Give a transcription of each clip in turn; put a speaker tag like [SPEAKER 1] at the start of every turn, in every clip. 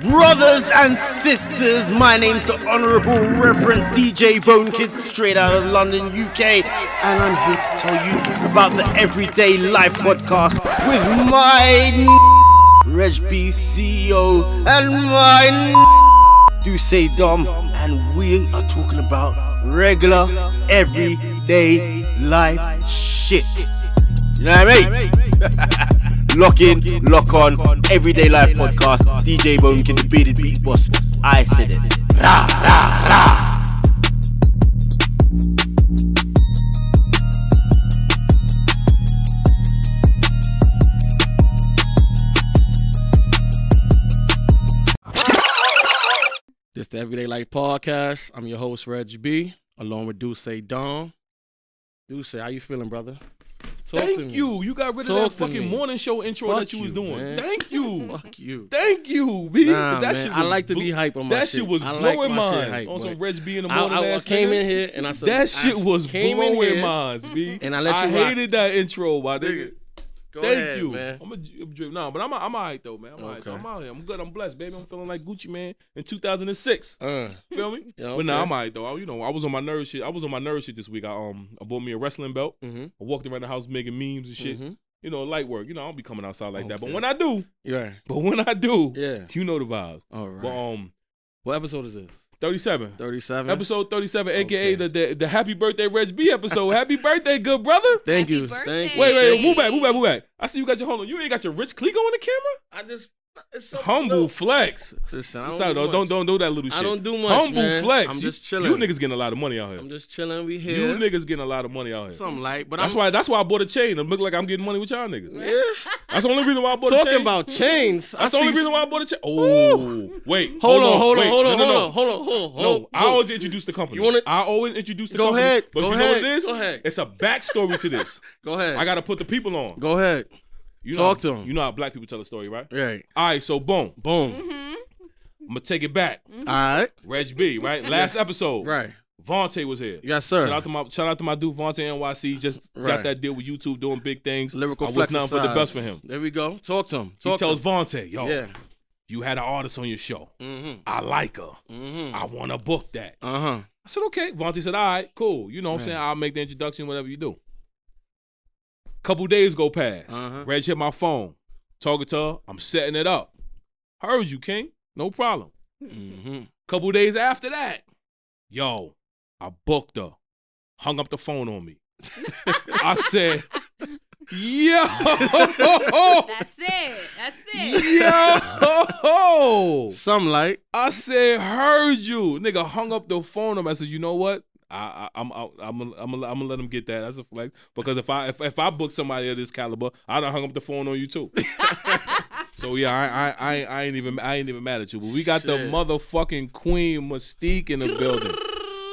[SPEAKER 1] Brothers and sisters, my name's the Honorable Reverend DJ Bonekid, straight out of London, UK, and I'm here to tell you about the Everyday Life podcast with my n- Reg BCO and my n- Duce Dom, and we are talking about regular, everyday life shit. You know what I mean? Lock in, lock on, everyday life podcast. DJ Bone can the bearded beat boss. I said it. Rah, rah, rah.
[SPEAKER 2] This the Everyday Life Podcast. I'm your host, Reg B, along with Duce Don. Duce, how you feeling, brother? Talk to
[SPEAKER 3] Thank
[SPEAKER 2] me.
[SPEAKER 3] you. You got rid
[SPEAKER 2] Talk
[SPEAKER 3] of that
[SPEAKER 2] to
[SPEAKER 3] fucking
[SPEAKER 2] me.
[SPEAKER 3] morning show intro
[SPEAKER 2] Fuck
[SPEAKER 3] that you was
[SPEAKER 2] you,
[SPEAKER 3] doing.
[SPEAKER 2] man.
[SPEAKER 3] Thank you.
[SPEAKER 2] Fuck you.
[SPEAKER 3] Thank you, B.
[SPEAKER 2] Nah,
[SPEAKER 3] that
[SPEAKER 2] man,
[SPEAKER 3] shit
[SPEAKER 2] I
[SPEAKER 3] was
[SPEAKER 2] like to be
[SPEAKER 3] blo-
[SPEAKER 2] hype on my
[SPEAKER 3] That
[SPEAKER 2] shit.
[SPEAKER 3] shit was
[SPEAKER 2] I like
[SPEAKER 3] blowing
[SPEAKER 2] my shit
[SPEAKER 3] minds
[SPEAKER 2] hype,
[SPEAKER 3] on
[SPEAKER 2] but
[SPEAKER 3] some Reg B in the
[SPEAKER 2] I,
[SPEAKER 3] morning.
[SPEAKER 2] I- I
[SPEAKER 3] ass
[SPEAKER 2] came
[SPEAKER 3] nigga.
[SPEAKER 2] in here and I said
[SPEAKER 3] That shit
[SPEAKER 2] I
[SPEAKER 3] was
[SPEAKER 2] came in
[SPEAKER 3] blowing
[SPEAKER 2] here,
[SPEAKER 3] minds, B.
[SPEAKER 2] and I let you rock.
[SPEAKER 3] hated that intro, my nigga.
[SPEAKER 2] Nigga, Go
[SPEAKER 3] Thank
[SPEAKER 2] ahead,
[SPEAKER 3] you.
[SPEAKER 2] man.
[SPEAKER 3] I'm a I'm drip now, but I'm I'm alright though, man. I'm alright.
[SPEAKER 2] Okay.
[SPEAKER 3] I'm out here. I'm good. I'm blessed, baby. I'm feeling like Gucci man in 2006.
[SPEAKER 2] Uh,
[SPEAKER 3] Feel me?
[SPEAKER 2] Yeah,
[SPEAKER 3] But nah,
[SPEAKER 2] okay.
[SPEAKER 3] I'm alright though. I, you know, I was on my nerve shit. I was on my nerve shit this week. I um, I bought me a wrestling belt.
[SPEAKER 2] mm-hmm,
[SPEAKER 3] I walked around the house making memes and shit.
[SPEAKER 2] Mhm.
[SPEAKER 3] You know, light work. You know, I don't be coming outside like that. But
[SPEAKER 2] Okay.
[SPEAKER 3] when I do,
[SPEAKER 2] You're right.
[SPEAKER 3] but when I do,
[SPEAKER 2] Yeah.
[SPEAKER 3] you know the vibe.
[SPEAKER 2] All right.
[SPEAKER 3] But um,
[SPEAKER 2] what episode is this?
[SPEAKER 3] 37.
[SPEAKER 2] 37.
[SPEAKER 3] Episode 37, aka
[SPEAKER 2] Okay.
[SPEAKER 3] the, the the happy birthday Reg B episode. happy birthday, good brother.
[SPEAKER 2] Thank
[SPEAKER 4] Happy
[SPEAKER 2] you.
[SPEAKER 4] birthday.
[SPEAKER 2] Thank you.
[SPEAKER 3] Wait, wait,
[SPEAKER 2] Thank
[SPEAKER 3] move back, move back, move back. I see you got your hold on. You ain't got your Rich Cleco on the camera.
[SPEAKER 2] you. I just it's something
[SPEAKER 3] Humble
[SPEAKER 2] else.
[SPEAKER 3] flex.
[SPEAKER 2] Listen, I don't,
[SPEAKER 3] Stop,
[SPEAKER 2] do
[SPEAKER 3] don't,
[SPEAKER 2] much.
[SPEAKER 3] don't don't do that little shit.
[SPEAKER 2] I don't do much,
[SPEAKER 3] Humble
[SPEAKER 2] man.
[SPEAKER 3] flex.
[SPEAKER 2] I'm
[SPEAKER 3] You-
[SPEAKER 2] just chilling.
[SPEAKER 3] You niggas getting a lot of money out here.
[SPEAKER 2] I'm just chilling. We
[SPEAKER 3] You
[SPEAKER 2] here.
[SPEAKER 3] niggas getting a lot of money out here.
[SPEAKER 2] Something like, but
[SPEAKER 3] That's
[SPEAKER 2] I'm,
[SPEAKER 3] why that's why I bought a chain to look like I'm getting money with y'all niggas.
[SPEAKER 2] Yeah.
[SPEAKER 3] That's the only reason why I bought a
[SPEAKER 2] Talking
[SPEAKER 3] chain.
[SPEAKER 2] about chains.
[SPEAKER 3] that's the only reason why I bought a chain. Oh, wait.
[SPEAKER 2] Hold on, hold on,
[SPEAKER 3] wait,
[SPEAKER 2] hold on,
[SPEAKER 3] no, no,
[SPEAKER 2] hold
[SPEAKER 3] no.
[SPEAKER 2] on, hold on, hold on.
[SPEAKER 3] No,
[SPEAKER 2] hold
[SPEAKER 3] I
[SPEAKER 2] on.
[SPEAKER 3] always introduce the company.
[SPEAKER 2] You wanna-
[SPEAKER 3] I always introduce the
[SPEAKER 2] Go
[SPEAKER 3] company.
[SPEAKER 2] ahead,
[SPEAKER 3] But
[SPEAKER 2] go
[SPEAKER 3] you
[SPEAKER 2] ahead,
[SPEAKER 3] know what it is?
[SPEAKER 2] go ahead.
[SPEAKER 3] It's a backstory to this.
[SPEAKER 2] Go ahead.
[SPEAKER 3] I gotta put the people on.
[SPEAKER 2] Go ahead.
[SPEAKER 3] you
[SPEAKER 2] talk
[SPEAKER 3] know,
[SPEAKER 2] to 'em.
[SPEAKER 3] You know how black people tell a story, right?
[SPEAKER 2] Right.
[SPEAKER 3] All right, so boom.
[SPEAKER 2] Boom.
[SPEAKER 4] Mm-hmm,
[SPEAKER 3] I'm gonna take it back.
[SPEAKER 2] All right.
[SPEAKER 3] Reg B, right? Last episode.
[SPEAKER 2] Right.
[SPEAKER 3] Vontae was here.
[SPEAKER 2] Yes, sir.
[SPEAKER 3] Shout out to my shout out to my dude Vontae NYC. Just got
[SPEAKER 2] Right.
[SPEAKER 3] that deal with YouTube doing big things.
[SPEAKER 2] Lyrical
[SPEAKER 3] I
[SPEAKER 2] flex.
[SPEAKER 3] was nothing but the best for him.
[SPEAKER 2] There we go. Talk to him.
[SPEAKER 3] He
[SPEAKER 2] Talk
[SPEAKER 3] tells
[SPEAKER 2] to
[SPEAKER 3] Vontae, yo,
[SPEAKER 2] him.
[SPEAKER 3] you had an artist on your show.
[SPEAKER 2] Yeah. Mm-hmm.
[SPEAKER 3] I like her.
[SPEAKER 2] Mm-hmm.
[SPEAKER 3] I want to book that. I
[SPEAKER 2] Uh huh.
[SPEAKER 3] said, okay. Vontae said, all right, cool. You know what I'm saying? I'll make the introduction, whatever you do. Couple days go past.
[SPEAKER 2] Uh-huh.
[SPEAKER 3] Reg hit my phone. Talking to her, I'm setting it up. Heard you, King. No problem.
[SPEAKER 2] Mm-hmm.
[SPEAKER 3] Couple days after that, yo, I booked her. Hung up the phone on me. I said, yo,
[SPEAKER 4] That's it. That's it.
[SPEAKER 3] yo.
[SPEAKER 2] Some light.
[SPEAKER 3] I said, heard you, nigga. Hung up the phone. on me. I said, you know what? I, I I'm I'm I'm gonna- I'm gonna- I'm gonna let him get that. That's a flex because if I if, if I book somebody of this caliber, I'd have hung up the phone on you too. so yeah, I, I I I ain't even I ain't even mad at you. But we got the
[SPEAKER 2] Shit.
[SPEAKER 3] motherfucking queen Mystique in the building.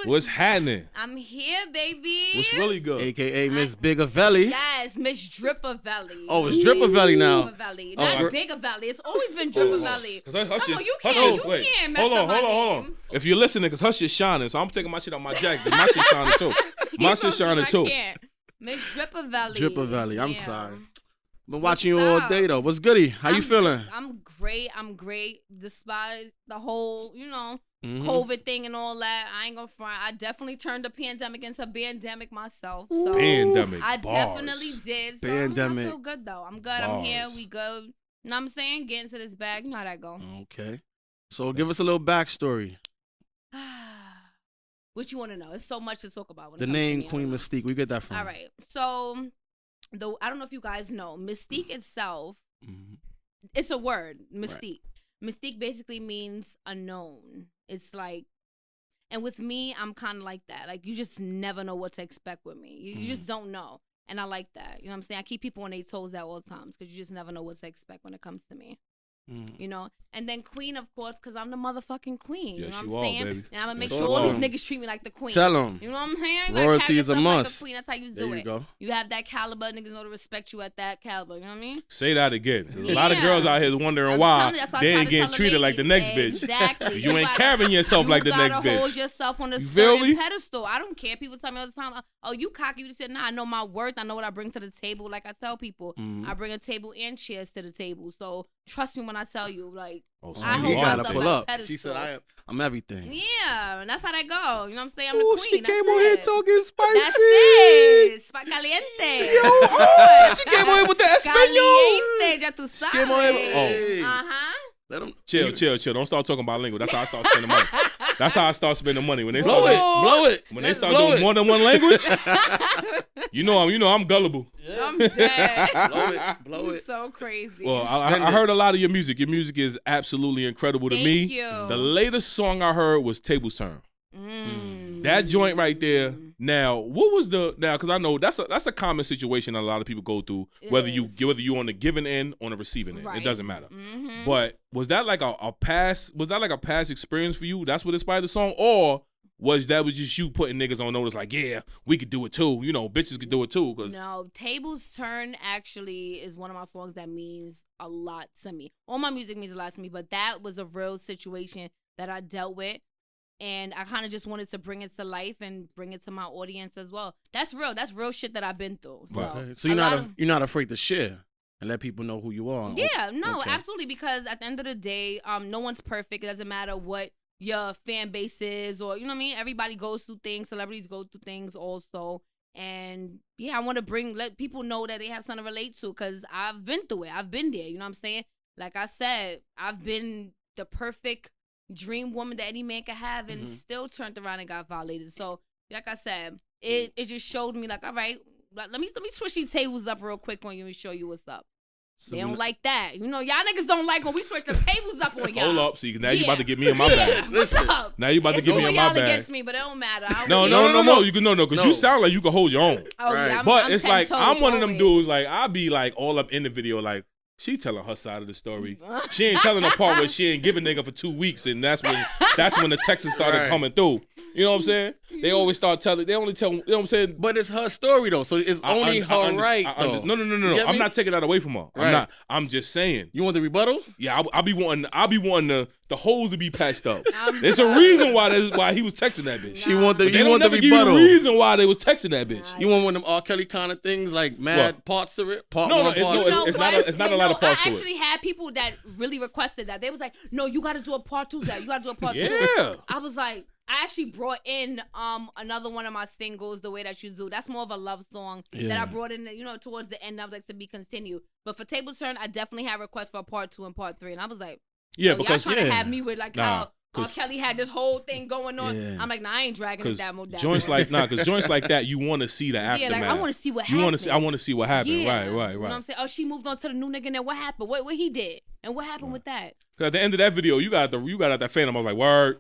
[SPEAKER 3] What's happening?
[SPEAKER 4] I'm here, baby.
[SPEAKER 3] What's really good?
[SPEAKER 2] AKA Miss Bigger Valley.
[SPEAKER 4] Yes, Miss Dripper Valley.
[SPEAKER 2] Oh, it's Dripper Valley now.
[SPEAKER 4] Dripper Valley,
[SPEAKER 2] Oh,
[SPEAKER 4] not
[SPEAKER 2] I-
[SPEAKER 4] Bigger Valley. It's always been Dripper Valley.
[SPEAKER 3] Cause I, her
[SPEAKER 4] Come
[SPEAKER 3] shit,
[SPEAKER 4] on, you
[SPEAKER 3] her
[SPEAKER 4] can't-
[SPEAKER 3] shit-
[SPEAKER 4] you
[SPEAKER 3] wait,
[SPEAKER 4] can't mess
[SPEAKER 3] hold on,
[SPEAKER 4] up my
[SPEAKER 3] hold on, hold on.
[SPEAKER 4] name.
[SPEAKER 3] If you're listening, cause her shit's shining, so I'm taking my shit out my jacket. 'cause My shit's shining too. My
[SPEAKER 4] You know
[SPEAKER 3] shit's
[SPEAKER 4] what I'm
[SPEAKER 3] shining too.
[SPEAKER 4] saying? I can't. Miss Dripper Valley.
[SPEAKER 2] Dripper Valley. I'm
[SPEAKER 4] Yeah.
[SPEAKER 2] sorry. Been watching you all
[SPEAKER 4] up?
[SPEAKER 2] day though. What's goody? How you
[SPEAKER 4] I'm-
[SPEAKER 2] feeling?
[SPEAKER 4] I'm great. I'm great. Despite the whole, you know,
[SPEAKER 2] Mhm.
[SPEAKER 4] COVID thing and all that, I ain't gonna front. I definitely turned the pandemic into a pandemic myself. So
[SPEAKER 3] Pandemic.
[SPEAKER 4] I
[SPEAKER 3] bars.
[SPEAKER 4] definitely did. So I'm,
[SPEAKER 2] Pandemic.
[SPEAKER 4] I feel good though. I'm good. I'm here.
[SPEAKER 3] Bars.
[SPEAKER 4] We good. Know what I'm saying? Get into this bag. You know how that go.
[SPEAKER 2] Okay. So give us a little backstory. Mm.
[SPEAKER 4] what you want to know? It's so much to talk about. When it
[SPEAKER 2] The
[SPEAKER 4] comes to
[SPEAKER 2] name
[SPEAKER 4] me.
[SPEAKER 2] Queen Mystique. We get that from.
[SPEAKER 4] All right. So, though I don't know if you guys know, mystique itself,
[SPEAKER 2] Mhm.
[SPEAKER 4] it's a word. Mystique. Mystique basically means unknown. It's like. And with me, I'm kind of like that. Like you just never know what to expect with me. You, you just
[SPEAKER 2] Mm-hmm.
[SPEAKER 4] don't know, and I like that. You know what I'm saying? I keep people on their toes at all times because you just never know what to expect when it comes to me.
[SPEAKER 2] Mm.
[SPEAKER 4] You know, and then queen, of course, because I'm the motherfucking queen. you
[SPEAKER 3] Yes,
[SPEAKER 4] know what I'm
[SPEAKER 3] you are,
[SPEAKER 4] saying?
[SPEAKER 3] baby.
[SPEAKER 4] And I'm gonna make
[SPEAKER 2] Yes,
[SPEAKER 4] sure
[SPEAKER 2] you
[SPEAKER 4] all
[SPEAKER 2] are.
[SPEAKER 4] these niggas treat me like the queen.
[SPEAKER 2] Tell 'em.
[SPEAKER 4] You know what I'm saying? You gotta
[SPEAKER 2] Royalty
[SPEAKER 4] carry
[SPEAKER 2] is a
[SPEAKER 4] yourself like the
[SPEAKER 2] must.
[SPEAKER 4] queen. That's how you do
[SPEAKER 2] There you
[SPEAKER 4] it.
[SPEAKER 2] go.
[SPEAKER 4] You have that caliber. Niggas know to respect you at that caliber. You know what I mean?
[SPEAKER 3] Say that again. 'Cause A lot of
[SPEAKER 4] Yeah.
[SPEAKER 3] girls out here wondering
[SPEAKER 4] I'm
[SPEAKER 3] why
[SPEAKER 4] telling you, that's what I
[SPEAKER 3] they
[SPEAKER 4] try
[SPEAKER 3] ain't
[SPEAKER 4] to
[SPEAKER 3] getting
[SPEAKER 4] tell the
[SPEAKER 3] treated like the next
[SPEAKER 4] ladies.
[SPEAKER 3] bitch.
[SPEAKER 4] Exactly.
[SPEAKER 3] You ain't
[SPEAKER 4] gotta-
[SPEAKER 3] carrying yourself like the next
[SPEAKER 4] You gotta hold
[SPEAKER 3] bitch.
[SPEAKER 4] yourself on a
[SPEAKER 3] You feel me?
[SPEAKER 4] certain pedestal. I don't care. People tell me all the time, "Oh, you cocky." You just said, "Nah, I know my worth. I know what I bring to the table." Like I tell people,
[SPEAKER 3] Mm-hmm.
[SPEAKER 4] I bring a table and chairs to the table. So trust me when I tell you, like,
[SPEAKER 3] Oh, so
[SPEAKER 4] I
[SPEAKER 2] you
[SPEAKER 4] hold
[SPEAKER 2] gotta
[SPEAKER 4] myself
[SPEAKER 2] pull up.
[SPEAKER 4] like
[SPEAKER 2] She said,
[SPEAKER 4] pedestal.
[SPEAKER 2] I am, I'm everything.
[SPEAKER 4] yeah, and that's how that go. You know what I'm saying? I'm
[SPEAKER 3] Oh,
[SPEAKER 4] the queen.
[SPEAKER 3] she
[SPEAKER 4] That's
[SPEAKER 3] came on here
[SPEAKER 4] it.
[SPEAKER 3] talking spicy.
[SPEAKER 4] That's it. Spa caliente.
[SPEAKER 3] Yo, oh, she came on here with the Espanol.
[SPEAKER 4] Caliente, ya tú sabes.
[SPEAKER 3] came on here-
[SPEAKER 2] oh.
[SPEAKER 4] Uh huh.
[SPEAKER 2] Let them
[SPEAKER 3] Chill, chill, chill. Don't start talking about language. That's how I start spending money. That's how I start spending money. When they
[SPEAKER 2] Blow
[SPEAKER 3] start,
[SPEAKER 2] it, blow it.
[SPEAKER 3] when they
[SPEAKER 4] Let's
[SPEAKER 3] start
[SPEAKER 2] blow
[SPEAKER 3] doing
[SPEAKER 2] it.
[SPEAKER 3] more than one language, you know, I'm, you know, I'm gullible.
[SPEAKER 4] I'm dead.
[SPEAKER 2] Blow it, blow
[SPEAKER 4] You're
[SPEAKER 2] it.
[SPEAKER 4] so crazy.
[SPEAKER 3] Well, I,
[SPEAKER 2] Spend
[SPEAKER 3] I- I
[SPEAKER 2] it.
[SPEAKER 3] heard a lot of your music. Your music is absolutely incredible to
[SPEAKER 4] Thank
[SPEAKER 3] me.
[SPEAKER 4] you.
[SPEAKER 3] The latest song I heard was Tables Turn.
[SPEAKER 4] Mm.
[SPEAKER 3] That joint right there.
[SPEAKER 4] Mm-hmm.
[SPEAKER 3] Now, what was the now? Because I know that's a that's a common situation that a lot of people go through.
[SPEAKER 4] It
[SPEAKER 3] whether
[SPEAKER 4] is.
[SPEAKER 3] you whether you on the giving end, on the receiving end, it
[SPEAKER 4] Right.
[SPEAKER 3] doesn't matter.
[SPEAKER 4] Mhm.
[SPEAKER 3] But was that like a, a past? Was that like a past experience for you? That's what inspired the song, or was that was just you putting niggas on notice? Like, yeah, we could do it too. You know, bitches could do it too. Cause
[SPEAKER 4] No, Tables Turn actually is one of my songs that means a lot to me. All my music means a lot to me, but that was a real situation that I dealt with. And I kind of just wanted to bring it to life and bring it to my audience as well. That's real. That's real shit that I've been through. So,
[SPEAKER 2] Okay. So you're not
[SPEAKER 4] lot
[SPEAKER 2] a,
[SPEAKER 4] of-
[SPEAKER 2] you're not afraid to share and let people know who you are.
[SPEAKER 4] Yeah, no,
[SPEAKER 2] Okay.
[SPEAKER 4] absolutely. Because at the end of the day, um, no one's perfect. It doesn't matter what your fan base is, or you know what I mean. Everybody goes through things. Celebrities go through things also. And yeah, I want to bring let people know that they have something to relate to because I've been through it. I've been there. You know what I'm saying? Like I said, I've been the perfect dream woman that any man could have, and
[SPEAKER 2] Mhm.
[SPEAKER 4] still turned around and got violated. So like I said, it it just showed me like, all right, let let me let me switch these tables up real quick on you and show you what's up
[SPEAKER 2] So
[SPEAKER 4] they
[SPEAKER 2] we-
[SPEAKER 4] don't like that. You know, y'all niggas don't like when we switch the tables up on y'all.
[SPEAKER 3] hold up, see, now you
[SPEAKER 4] Yeah.
[SPEAKER 3] about to get me in my
[SPEAKER 4] yeah.
[SPEAKER 3] bag.
[SPEAKER 2] Listen.
[SPEAKER 4] What's up?
[SPEAKER 3] Now you about to
[SPEAKER 4] It's
[SPEAKER 3] get me
[SPEAKER 4] all
[SPEAKER 3] in my
[SPEAKER 4] y'all
[SPEAKER 3] bag.
[SPEAKER 4] against me, but it don't matter. I don't
[SPEAKER 3] No,
[SPEAKER 4] care.
[SPEAKER 3] no, no, no,
[SPEAKER 2] no.
[SPEAKER 3] You can no, no, because
[SPEAKER 2] No.
[SPEAKER 3] you sound like you can hold your own.
[SPEAKER 4] Oh,
[SPEAKER 2] Right.
[SPEAKER 4] yeah, I'm,
[SPEAKER 3] but
[SPEAKER 4] I'm
[SPEAKER 3] it's
[SPEAKER 4] 10
[SPEAKER 3] like
[SPEAKER 4] toes
[SPEAKER 3] I'm one of them
[SPEAKER 4] always.
[SPEAKER 3] dudes. Like I be like all up in the video. Like she telling her side of the story. She ain't telling the part where she ain't giving nigga for two weeks, and that's when that's when the Texas started
[SPEAKER 2] Right.
[SPEAKER 3] coming through. You know what I'm saying? They always start telling. They only tell. You know what I'm saying?
[SPEAKER 2] But it's her story though, so it's
[SPEAKER 3] I
[SPEAKER 2] only
[SPEAKER 3] un-
[SPEAKER 2] her
[SPEAKER 3] I under-
[SPEAKER 2] right
[SPEAKER 3] I
[SPEAKER 2] though.
[SPEAKER 3] under- no, no, no,
[SPEAKER 2] You
[SPEAKER 3] no, no.
[SPEAKER 2] get
[SPEAKER 3] I'm
[SPEAKER 2] me?
[SPEAKER 3] not taking that away from her.
[SPEAKER 2] Right.
[SPEAKER 3] I'm not. I'm just saying.
[SPEAKER 2] You want the rebuttal?
[SPEAKER 3] Yeah, I'll be wanting. I'll be wanting the the holes to be patched up.
[SPEAKER 4] I'm-
[SPEAKER 3] There's a reason why that's why he was texting that bitch.
[SPEAKER 2] She want the
[SPEAKER 3] But they
[SPEAKER 2] you
[SPEAKER 3] don't
[SPEAKER 2] want the
[SPEAKER 3] never give you
[SPEAKER 2] rebuttal.
[SPEAKER 3] the reason why they was texting that bitch.
[SPEAKER 2] You want one of them R. Kelly kind of things, like mad
[SPEAKER 3] What?
[SPEAKER 2] parts to it, part
[SPEAKER 3] No, no,
[SPEAKER 2] one,
[SPEAKER 3] it-
[SPEAKER 2] part
[SPEAKER 3] no,
[SPEAKER 2] two.
[SPEAKER 4] You know
[SPEAKER 3] it's not
[SPEAKER 4] what?
[SPEAKER 3] a- it's not
[SPEAKER 4] You
[SPEAKER 3] a lot
[SPEAKER 4] know,
[SPEAKER 3] of parts
[SPEAKER 4] I
[SPEAKER 3] to it.
[SPEAKER 4] actually had people that really requested that. They was like, "No, you got to do a part two. That you got to do a part
[SPEAKER 3] Yeah.
[SPEAKER 4] two. I was like, I actually brought in um another one of my singles, "The Way That You Do." That's more of a love song that
[SPEAKER 2] Yeah.
[SPEAKER 4] I brought in, you know, towards the end. I was like, to be continued. But for Table Turn, I definitely had requests for a part two and part three, and I was like,
[SPEAKER 3] Yeah,
[SPEAKER 4] "Yo,
[SPEAKER 3] because
[SPEAKER 4] y'all trying
[SPEAKER 2] yeah.
[SPEAKER 4] to have me with like
[SPEAKER 3] Nah,
[SPEAKER 4] how." R.
[SPEAKER 3] 'cause-
[SPEAKER 4] Kelly had this whole thing going on.
[SPEAKER 2] Yeah.
[SPEAKER 4] I'm like, nah, I ain't dragging it
[SPEAKER 3] because
[SPEAKER 4] that much. that
[SPEAKER 3] joints
[SPEAKER 4] much."
[SPEAKER 3] like nah, because joints like that, you want to see the
[SPEAKER 4] Yeah,
[SPEAKER 3] aftermath.
[SPEAKER 4] like, I wanna see what
[SPEAKER 3] You want to see. I
[SPEAKER 4] happened.
[SPEAKER 3] want to see what happened.
[SPEAKER 4] Yeah.
[SPEAKER 3] Right, right,
[SPEAKER 4] You know what
[SPEAKER 3] right.
[SPEAKER 4] I'm saying? Oh, she moved on to the new nigga, and then what happened? What what he did? And what happened with that?
[SPEAKER 3] 'Cause at the end of that video, you got the you got out that phantom. I was like, word,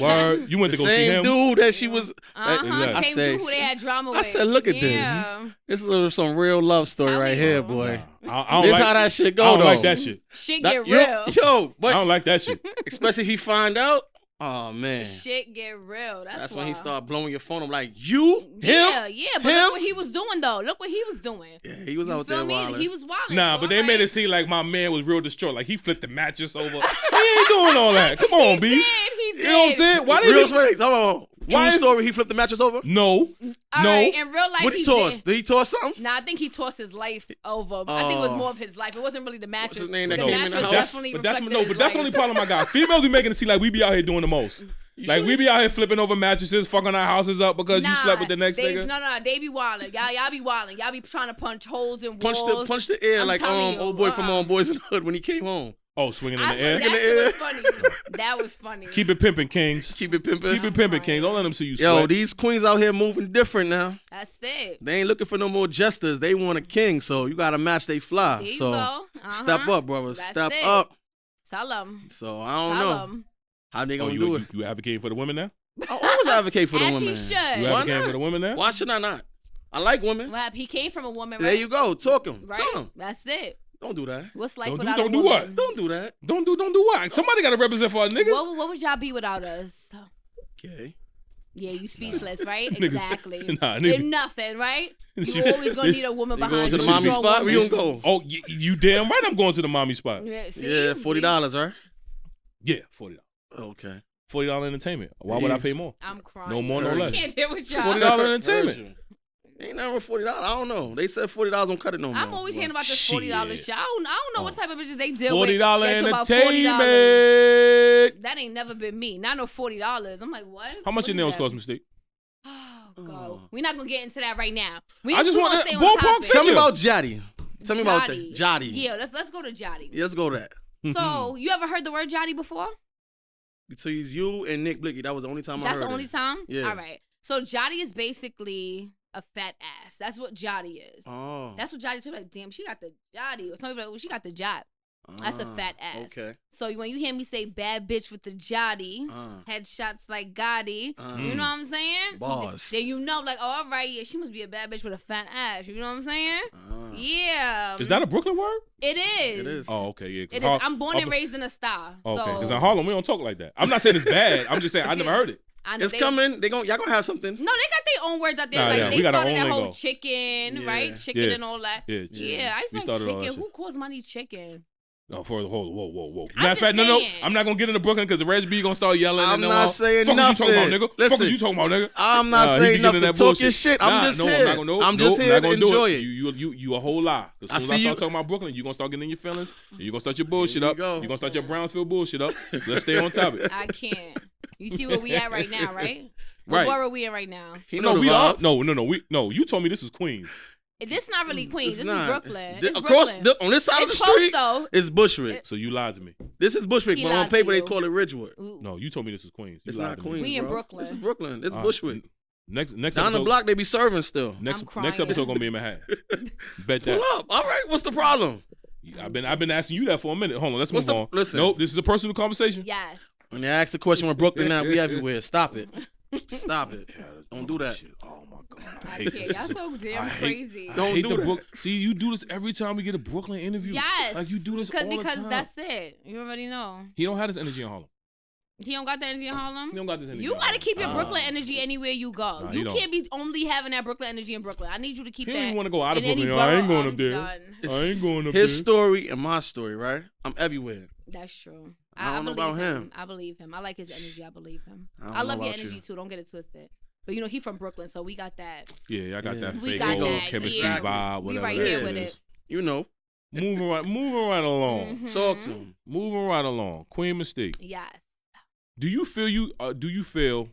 [SPEAKER 3] word. You went
[SPEAKER 2] the
[SPEAKER 3] to go see
[SPEAKER 2] same
[SPEAKER 3] him.
[SPEAKER 2] dude that she was.
[SPEAKER 3] Uh,
[SPEAKER 4] Uh-huh.
[SPEAKER 3] Exactly.
[SPEAKER 2] I
[SPEAKER 4] Same
[SPEAKER 2] said,
[SPEAKER 4] dude who they had drama with.
[SPEAKER 2] I said, look at
[SPEAKER 4] yeah.
[SPEAKER 2] this. This is some real love story
[SPEAKER 4] Tell
[SPEAKER 2] right
[SPEAKER 4] me.
[SPEAKER 2] here, boy.
[SPEAKER 3] I, I don't
[SPEAKER 2] This
[SPEAKER 3] like,
[SPEAKER 2] how that shit go
[SPEAKER 3] I don't
[SPEAKER 2] though.
[SPEAKER 3] like that shit.
[SPEAKER 4] Shit
[SPEAKER 2] That-
[SPEAKER 4] get
[SPEAKER 2] yo,
[SPEAKER 4] real.
[SPEAKER 2] yo,
[SPEAKER 3] I
[SPEAKER 2] but
[SPEAKER 3] don't like that shit.
[SPEAKER 2] especially if he find out. Oh man,
[SPEAKER 4] Shit get real. That's,
[SPEAKER 2] that's when he
[SPEAKER 4] why.
[SPEAKER 2] started blowing your phone. I'm like, you him?
[SPEAKER 4] Yeah, yeah. But
[SPEAKER 2] Him?
[SPEAKER 4] look what he was doing though. Look what he was doing.
[SPEAKER 2] Yeah, he was
[SPEAKER 4] You
[SPEAKER 2] out
[SPEAKER 4] feel
[SPEAKER 2] there
[SPEAKER 4] me?
[SPEAKER 2] wilding.
[SPEAKER 4] He was wilding.
[SPEAKER 3] Nah,
[SPEAKER 4] so
[SPEAKER 3] but they
[SPEAKER 4] I'm
[SPEAKER 3] made
[SPEAKER 4] like,
[SPEAKER 3] it seem like my man was real distraught. Like he flipped the mattress over. he ain't doing all that. Come on, B.
[SPEAKER 4] He did. He did.
[SPEAKER 3] You know what I'm saying? Why
[SPEAKER 2] real
[SPEAKER 3] did he?
[SPEAKER 2] story. Hold on. True
[SPEAKER 3] Why is-
[SPEAKER 2] story. He flipped the mattress over.
[SPEAKER 3] No,
[SPEAKER 4] All
[SPEAKER 3] no.
[SPEAKER 4] right, in real life,
[SPEAKER 2] What
[SPEAKER 4] he,
[SPEAKER 2] he, tossed?
[SPEAKER 4] did
[SPEAKER 2] Did he toss something?
[SPEAKER 4] Nah, I think he tossed his life over. I think it was
[SPEAKER 2] Oh.
[SPEAKER 4] more of his life. It wasn't really the mattress.
[SPEAKER 2] his name that
[SPEAKER 4] the
[SPEAKER 2] came in
[SPEAKER 4] mattress
[SPEAKER 2] the house?
[SPEAKER 3] That's-
[SPEAKER 4] definitely
[SPEAKER 3] but that's
[SPEAKER 4] reflected
[SPEAKER 3] no,
[SPEAKER 4] his
[SPEAKER 3] but that's the
[SPEAKER 4] life.
[SPEAKER 3] only problem I got. Females be making it seem like we be out here doing the most. Like we be out here flipping over mattresses, fucking our houses up because you slept with the next
[SPEAKER 4] they,
[SPEAKER 3] nigga.
[SPEAKER 4] No, no, they be wildin'. Y'all, y'all be wildin'. Y'all be trying to punch holes in
[SPEAKER 2] Punch
[SPEAKER 4] walls.
[SPEAKER 2] the punch the air
[SPEAKER 4] I'm
[SPEAKER 2] like um
[SPEAKER 4] telling you,
[SPEAKER 2] old boy from
[SPEAKER 4] uh-uh.
[SPEAKER 2] um Boys in the Hood when he came home.
[SPEAKER 3] Oh, swinging in
[SPEAKER 4] I
[SPEAKER 3] the air.
[SPEAKER 4] said
[SPEAKER 2] in
[SPEAKER 4] that
[SPEAKER 2] the
[SPEAKER 4] shit
[SPEAKER 2] air.
[SPEAKER 4] was funny. that was funny.
[SPEAKER 3] Keep it pimping, kings.
[SPEAKER 2] Keep it pimping.
[SPEAKER 3] Keep it pimping, kings. Don't let them see you
[SPEAKER 2] Yo,
[SPEAKER 3] sweat.
[SPEAKER 2] these queens out here moving different now.
[SPEAKER 4] That's it.
[SPEAKER 2] They ain't looking for no more jesters. They want a king, so you got to match they fly.
[SPEAKER 4] There you
[SPEAKER 2] so
[SPEAKER 4] go. Uh-huh.
[SPEAKER 2] step up, brother.
[SPEAKER 4] That's
[SPEAKER 2] step
[SPEAKER 4] it.
[SPEAKER 2] up.
[SPEAKER 4] Tell them.
[SPEAKER 2] So I don't
[SPEAKER 4] Tell
[SPEAKER 2] know
[SPEAKER 4] them.
[SPEAKER 2] how they
[SPEAKER 3] oh,
[SPEAKER 2] gonna
[SPEAKER 3] you,
[SPEAKER 2] do
[SPEAKER 3] you,
[SPEAKER 2] it.
[SPEAKER 3] you advocating for the women now?
[SPEAKER 2] I always advocate for the
[SPEAKER 4] As
[SPEAKER 2] women.
[SPEAKER 4] he should.
[SPEAKER 3] You
[SPEAKER 2] Why
[SPEAKER 3] advocating
[SPEAKER 2] not?
[SPEAKER 3] for the women now?
[SPEAKER 2] Why should I not? I like women.
[SPEAKER 4] What happened? He came from a woman.
[SPEAKER 2] There
[SPEAKER 4] right?
[SPEAKER 2] you go. Talk them.
[SPEAKER 4] Right.
[SPEAKER 2] Tell them.
[SPEAKER 4] That's it.
[SPEAKER 2] Don't do that.
[SPEAKER 4] What's life
[SPEAKER 3] Don't do-
[SPEAKER 4] without
[SPEAKER 3] don't
[SPEAKER 4] a
[SPEAKER 3] do
[SPEAKER 4] woman?
[SPEAKER 3] what?
[SPEAKER 2] Don't do that.
[SPEAKER 3] Don't do don't do what? Somebody gotta represent for our niggas.
[SPEAKER 4] What, what would y'all be without us?
[SPEAKER 2] Okay.
[SPEAKER 4] Yeah, you speechless, right?
[SPEAKER 3] Niggas-
[SPEAKER 4] Exactly.
[SPEAKER 3] Nah, niggas-
[SPEAKER 4] In nothing, right?
[SPEAKER 3] She-
[SPEAKER 4] You always gonna need a woman
[SPEAKER 2] You going
[SPEAKER 4] behind
[SPEAKER 2] to
[SPEAKER 4] you.
[SPEAKER 2] the mommy
[SPEAKER 4] strong
[SPEAKER 2] spot? We
[SPEAKER 4] woman.
[SPEAKER 2] don't go.
[SPEAKER 3] Oh, you, you damn right. I'm going to the mommy spot.
[SPEAKER 4] Yeah, see?
[SPEAKER 2] Yeah, forty dollars, right?
[SPEAKER 3] Yeah, forty dollars.
[SPEAKER 2] Okay.
[SPEAKER 3] Forty dollar entertainment. Why would I pay more?
[SPEAKER 4] I'm crying.
[SPEAKER 3] No more, no
[SPEAKER 4] I
[SPEAKER 3] less.
[SPEAKER 4] can't deal with y'all.
[SPEAKER 3] Forty dollar entertainment.
[SPEAKER 2] Ain't nothing for forty dollars. I don't know. They said forty dollars don't cut it no more.
[SPEAKER 4] I'm always hearing
[SPEAKER 2] Well,
[SPEAKER 4] about this forty dollars
[SPEAKER 3] Shit. Oh.
[SPEAKER 4] shit. I don't, I don't know what type of bitches they deal
[SPEAKER 3] Forty
[SPEAKER 4] with.
[SPEAKER 3] dollar
[SPEAKER 4] They talk about $40.
[SPEAKER 3] entertainment.
[SPEAKER 4] That ain't never been me. Not no forty dollars. I'm like, what?
[SPEAKER 3] How much
[SPEAKER 4] What
[SPEAKER 3] your
[SPEAKER 4] is
[SPEAKER 3] nails
[SPEAKER 4] that?
[SPEAKER 3] cost, mistake?
[SPEAKER 4] Oh,
[SPEAKER 2] Oh.
[SPEAKER 4] God. We're not gonna get into that right now. We
[SPEAKER 3] I just
[SPEAKER 4] we
[SPEAKER 3] want
[SPEAKER 4] gonna
[SPEAKER 3] that
[SPEAKER 4] stay on
[SPEAKER 3] ballpark
[SPEAKER 4] topic.
[SPEAKER 3] figure.
[SPEAKER 2] Tell me about Jotty. Tell me about that.
[SPEAKER 4] Jotty.
[SPEAKER 2] Jotty.
[SPEAKER 4] Yeah, let's let's go to Jotty.
[SPEAKER 2] Yeah, Let's go to that.
[SPEAKER 4] So you ever heard the word Jotty before?
[SPEAKER 2] So he's you and Nick Blicky. That was the only time I
[SPEAKER 4] That's
[SPEAKER 2] heard
[SPEAKER 4] the only
[SPEAKER 2] it.
[SPEAKER 4] time.
[SPEAKER 2] Yeah.
[SPEAKER 4] All right. So Jotty is basically a fat ass. That's what Jotty is.
[SPEAKER 2] Oh.
[SPEAKER 4] That's what Jotty too. Like, damn, she got the Jotty. Or somebody like, well, she got the Jot. That's a
[SPEAKER 2] Ah,
[SPEAKER 4] fat ass.
[SPEAKER 2] Okay.
[SPEAKER 4] So when you hear me say bad bitch with the Jotty,
[SPEAKER 2] Uh,
[SPEAKER 4] headshots like Gotti.
[SPEAKER 2] uh,
[SPEAKER 4] You know what I'm saying?
[SPEAKER 2] Bars.
[SPEAKER 4] Then you know, like, oh, all right, yeah, she must be a bad bitch with a fat ass. You know what I'm saying?
[SPEAKER 2] uh,
[SPEAKER 4] Yeah.
[SPEAKER 3] Is that a Brooklyn word?
[SPEAKER 4] It is.
[SPEAKER 2] It is.
[SPEAKER 3] Oh, okay, yeah. 'cause
[SPEAKER 4] It is.
[SPEAKER 3] Har-
[SPEAKER 4] I'm born
[SPEAKER 3] oh,
[SPEAKER 4] and raised in a star.
[SPEAKER 3] Okay,
[SPEAKER 4] so
[SPEAKER 3] because in Harlem we don't talk like that. I'm not saying it's bad. I'm just saying I never heard it.
[SPEAKER 4] I know
[SPEAKER 2] It's
[SPEAKER 4] they-
[SPEAKER 2] coming. They gon' y'all gonna have something.
[SPEAKER 4] No, they got their own words out there.
[SPEAKER 3] Nah,
[SPEAKER 4] like
[SPEAKER 3] yeah,
[SPEAKER 4] they
[SPEAKER 3] we got our
[SPEAKER 4] started
[SPEAKER 3] own
[SPEAKER 4] that whole
[SPEAKER 3] lingo.
[SPEAKER 4] chicken,
[SPEAKER 2] Yeah.
[SPEAKER 4] right? Chicken
[SPEAKER 3] Yeah.
[SPEAKER 4] and all that.
[SPEAKER 3] Yeah,
[SPEAKER 4] Yeah, I used
[SPEAKER 3] We
[SPEAKER 4] to like
[SPEAKER 3] started all that
[SPEAKER 4] chicken.
[SPEAKER 3] shit.
[SPEAKER 4] Who calls money chicken?
[SPEAKER 3] No, for the whole, whoa, whoa, whoa.
[SPEAKER 4] I'm
[SPEAKER 3] Matter of
[SPEAKER 4] just
[SPEAKER 3] fact, no, no,
[SPEAKER 4] saying.
[SPEAKER 3] I'm not gonna get into Brooklyn because the Reg B gonna start yelling.
[SPEAKER 2] I'm
[SPEAKER 3] and then
[SPEAKER 2] not
[SPEAKER 3] all-
[SPEAKER 2] saying
[SPEAKER 3] Fuck
[SPEAKER 2] nothing.
[SPEAKER 3] What you talking about, nigga? Fuck
[SPEAKER 2] Listen.
[SPEAKER 3] what you talking about, nigga?
[SPEAKER 2] I'm not
[SPEAKER 3] Nah, he
[SPEAKER 2] saying
[SPEAKER 3] be getting
[SPEAKER 2] nothing.
[SPEAKER 3] in
[SPEAKER 2] Talk
[SPEAKER 3] that
[SPEAKER 2] your
[SPEAKER 3] bullshit.
[SPEAKER 2] shit. I'm
[SPEAKER 3] Nah,
[SPEAKER 2] just
[SPEAKER 3] no,
[SPEAKER 2] here.
[SPEAKER 3] I'm, not gonna, no,
[SPEAKER 2] I'm
[SPEAKER 3] no,
[SPEAKER 2] just
[SPEAKER 3] I'm
[SPEAKER 2] here
[SPEAKER 3] not
[SPEAKER 2] to
[SPEAKER 3] gonna do
[SPEAKER 2] enjoy
[SPEAKER 3] You,
[SPEAKER 2] it.
[SPEAKER 3] you, you, you a whole lie. As soon
[SPEAKER 2] I
[SPEAKER 3] as
[SPEAKER 2] see
[SPEAKER 3] I
[SPEAKER 2] you-
[SPEAKER 3] start talking about Brooklyn, you gonna start getting in your feelings. and You gonna start your bullshit
[SPEAKER 2] you
[SPEAKER 3] up.
[SPEAKER 2] go.
[SPEAKER 3] You gonna start your Brownsville bullshit up. Let's stay on topic.
[SPEAKER 4] I can't. You see where we at right now, right?
[SPEAKER 3] Right.
[SPEAKER 4] Where are we in right now?
[SPEAKER 2] He
[SPEAKER 3] no,
[SPEAKER 2] know
[SPEAKER 3] we
[SPEAKER 2] the
[SPEAKER 3] are.
[SPEAKER 2] vibe.
[SPEAKER 3] No, no, no. We no. You told me this is Queens.
[SPEAKER 4] This not really Queens.
[SPEAKER 2] It's
[SPEAKER 4] this
[SPEAKER 2] not.
[SPEAKER 4] is Brooklyn.
[SPEAKER 2] Th-
[SPEAKER 4] It's
[SPEAKER 2] across
[SPEAKER 4] Brooklyn.
[SPEAKER 2] the- on this side of
[SPEAKER 4] It's
[SPEAKER 2] the
[SPEAKER 4] close
[SPEAKER 2] street
[SPEAKER 4] though.
[SPEAKER 2] is Bushwick.
[SPEAKER 3] So you lied to me.
[SPEAKER 2] This is Bushwick,
[SPEAKER 4] He
[SPEAKER 2] but
[SPEAKER 4] lied
[SPEAKER 2] on
[SPEAKER 4] to
[SPEAKER 2] paper they
[SPEAKER 4] you.
[SPEAKER 2] call it Ridgewood.
[SPEAKER 4] Ooh,
[SPEAKER 3] No, you told me this is Queens. You
[SPEAKER 2] It's
[SPEAKER 3] lied
[SPEAKER 2] not
[SPEAKER 3] to me.
[SPEAKER 2] Queens.
[SPEAKER 4] We in
[SPEAKER 2] bro.
[SPEAKER 4] Brooklyn.
[SPEAKER 2] This is Brooklyn. It's
[SPEAKER 3] All right.
[SPEAKER 2] Bushwick.
[SPEAKER 3] Next, next
[SPEAKER 2] Down the
[SPEAKER 3] episode-
[SPEAKER 2] block, they be serving still.
[SPEAKER 4] I'm
[SPEAKER 3] Next,
[SPEAKER 4] crying.
[SPEAKER 3] next episode gonna be in Manhattan. Bet that.
[SPEAKER 2] Pull up. All right. What's the problem?
[SPEAKER 3] I've been I've been asking you that for a minute. Hold on, let's
[SPEAKER 2] What's
[SPEAKER 3] move
[SPEAKER 2] the-
[SPEAKER 3] on.
[SPEAKER 2] listen.
[SPEAKER 3] nope, this is a personal conversation.
[SPEAKER 4] Yes.
[SPEAKER 2] When they ask the question when Brooklyn now, we everywhere. Stop it. Stop it. Don't do that.
[SPEAKER 3] Oh my god, I
[SPEAKER 4] I
[SPEAKER 3] hate
[SPEAKER 4] can't.
[SPEAKER 3] this.
[SPEAKER 4] Y'all so damn
[SPEAKER 3] I hate-
[SPEAKER 4] crazy.
[SPEAKER 3] I
[SPEAKER 2] Don't
[SPEAKER 3] hate
[SPEAKER 2] do
[SPEAKER 3] the
[SPEAKER 2] that.
[SPEAKER 3] Brook- See, you do this every time we get a Brooklyn interview.
[SPEAKER 4] Yes.
[SPEAKER 3] like you do this
[SPEAKER 4] because
[SPEAKER 3] all
[SPEAKER 4] because
[SPEAKER 3] the time.
[SPEAKER 4] that's it. You already know.
[SPEAKER 3] He don't have this energy in Harlem.
[SPEAKER 4] He don't got that energy in Harlem.
[SPEAKER 3] He don't got this energy.
[SPEAKER 4] You
[SPEAKER 3] in
[SPEAKER 4] gotta
[SPEAKER 3] Harlem.
[SPEAKER 4] keep your
[SPEAKER 2] Ah.
[SPEAKER 4] Brooklyn energy anywhere you go.
[SPEAKER 3] Nah,
[SPEAKER 4] you
[SPEAKER 3] you don't.
[SPEAKER 4] can't be only having that Brooklyn energy in Brooklyn. I need you to keep
[SPEAKER 3] He
[SPEAKER 4] that.
[SPEAKER 3] don't even want to go out of
[SPEAKER 4] in any
[SPEAKER 3] Brooklyn. yo. I ain't
[SPEAKER 4] borough,
[SPEAKER 3] going up
[SPEAKER 4] I'm
[SPEAKER 3] there.
[SPEAKER 4] done.
[SPEAKER 3] I ain't going up
[SPEAKER 2] His
[SPEAKER 3] there.
[SPEAKER 2] story and my story, right? I'm everywhere.
[SPEAKER 4] That's true.
[SPEAKER 2] I don't know
[SPEAKER 4] believe
[SPEAKER 2] about him.
[SPEAKER 4] I believe him. I like his energy. I believe him.
[SPEAKER 2] I don't
[SPEAKER 4] I,
[SPEAKER 2] know
[SPEAKER 4] love your
[SPEAKER 2] about you.
[SPEAKER 4] energy too. Don't get it twisted. But you know he from Brooklyn, so we got that.
[SPEAKER 3] Yeah, I got that
[SPEAKER 2] Yeah.
[SPEAKER 4] We
[SPEAKER 3] fake
[SPEAKER 4] got
[SPEAKER 3] old
[SPEAKER 4] that,
[SPEAKER 3] chemistry
[SPEAKER 4] yeah.
[SPEAKER 3] vibe.
[SPEAKER 4] We
[SPEAKER 3] Whatever.
[SPEAKER 4] right
[SPEAKER 3] that
[SPEAKER 2] here
[SPEAKER 3] shit
[SPEAKER 4] with
[SPEAKER 3] is.
[SPEAKER 2] You know.
[SPEAKER 3] Moving right, moving right along.
[SPEAKER 4] Mhm.
[SPEAKER 2] Talk to him.
[SPEAKER 3] Moving right along. Queen mistake.
[SPEAKER 4] Yes.
[SPEAKER 3] Do you feel you? Uh, do you feel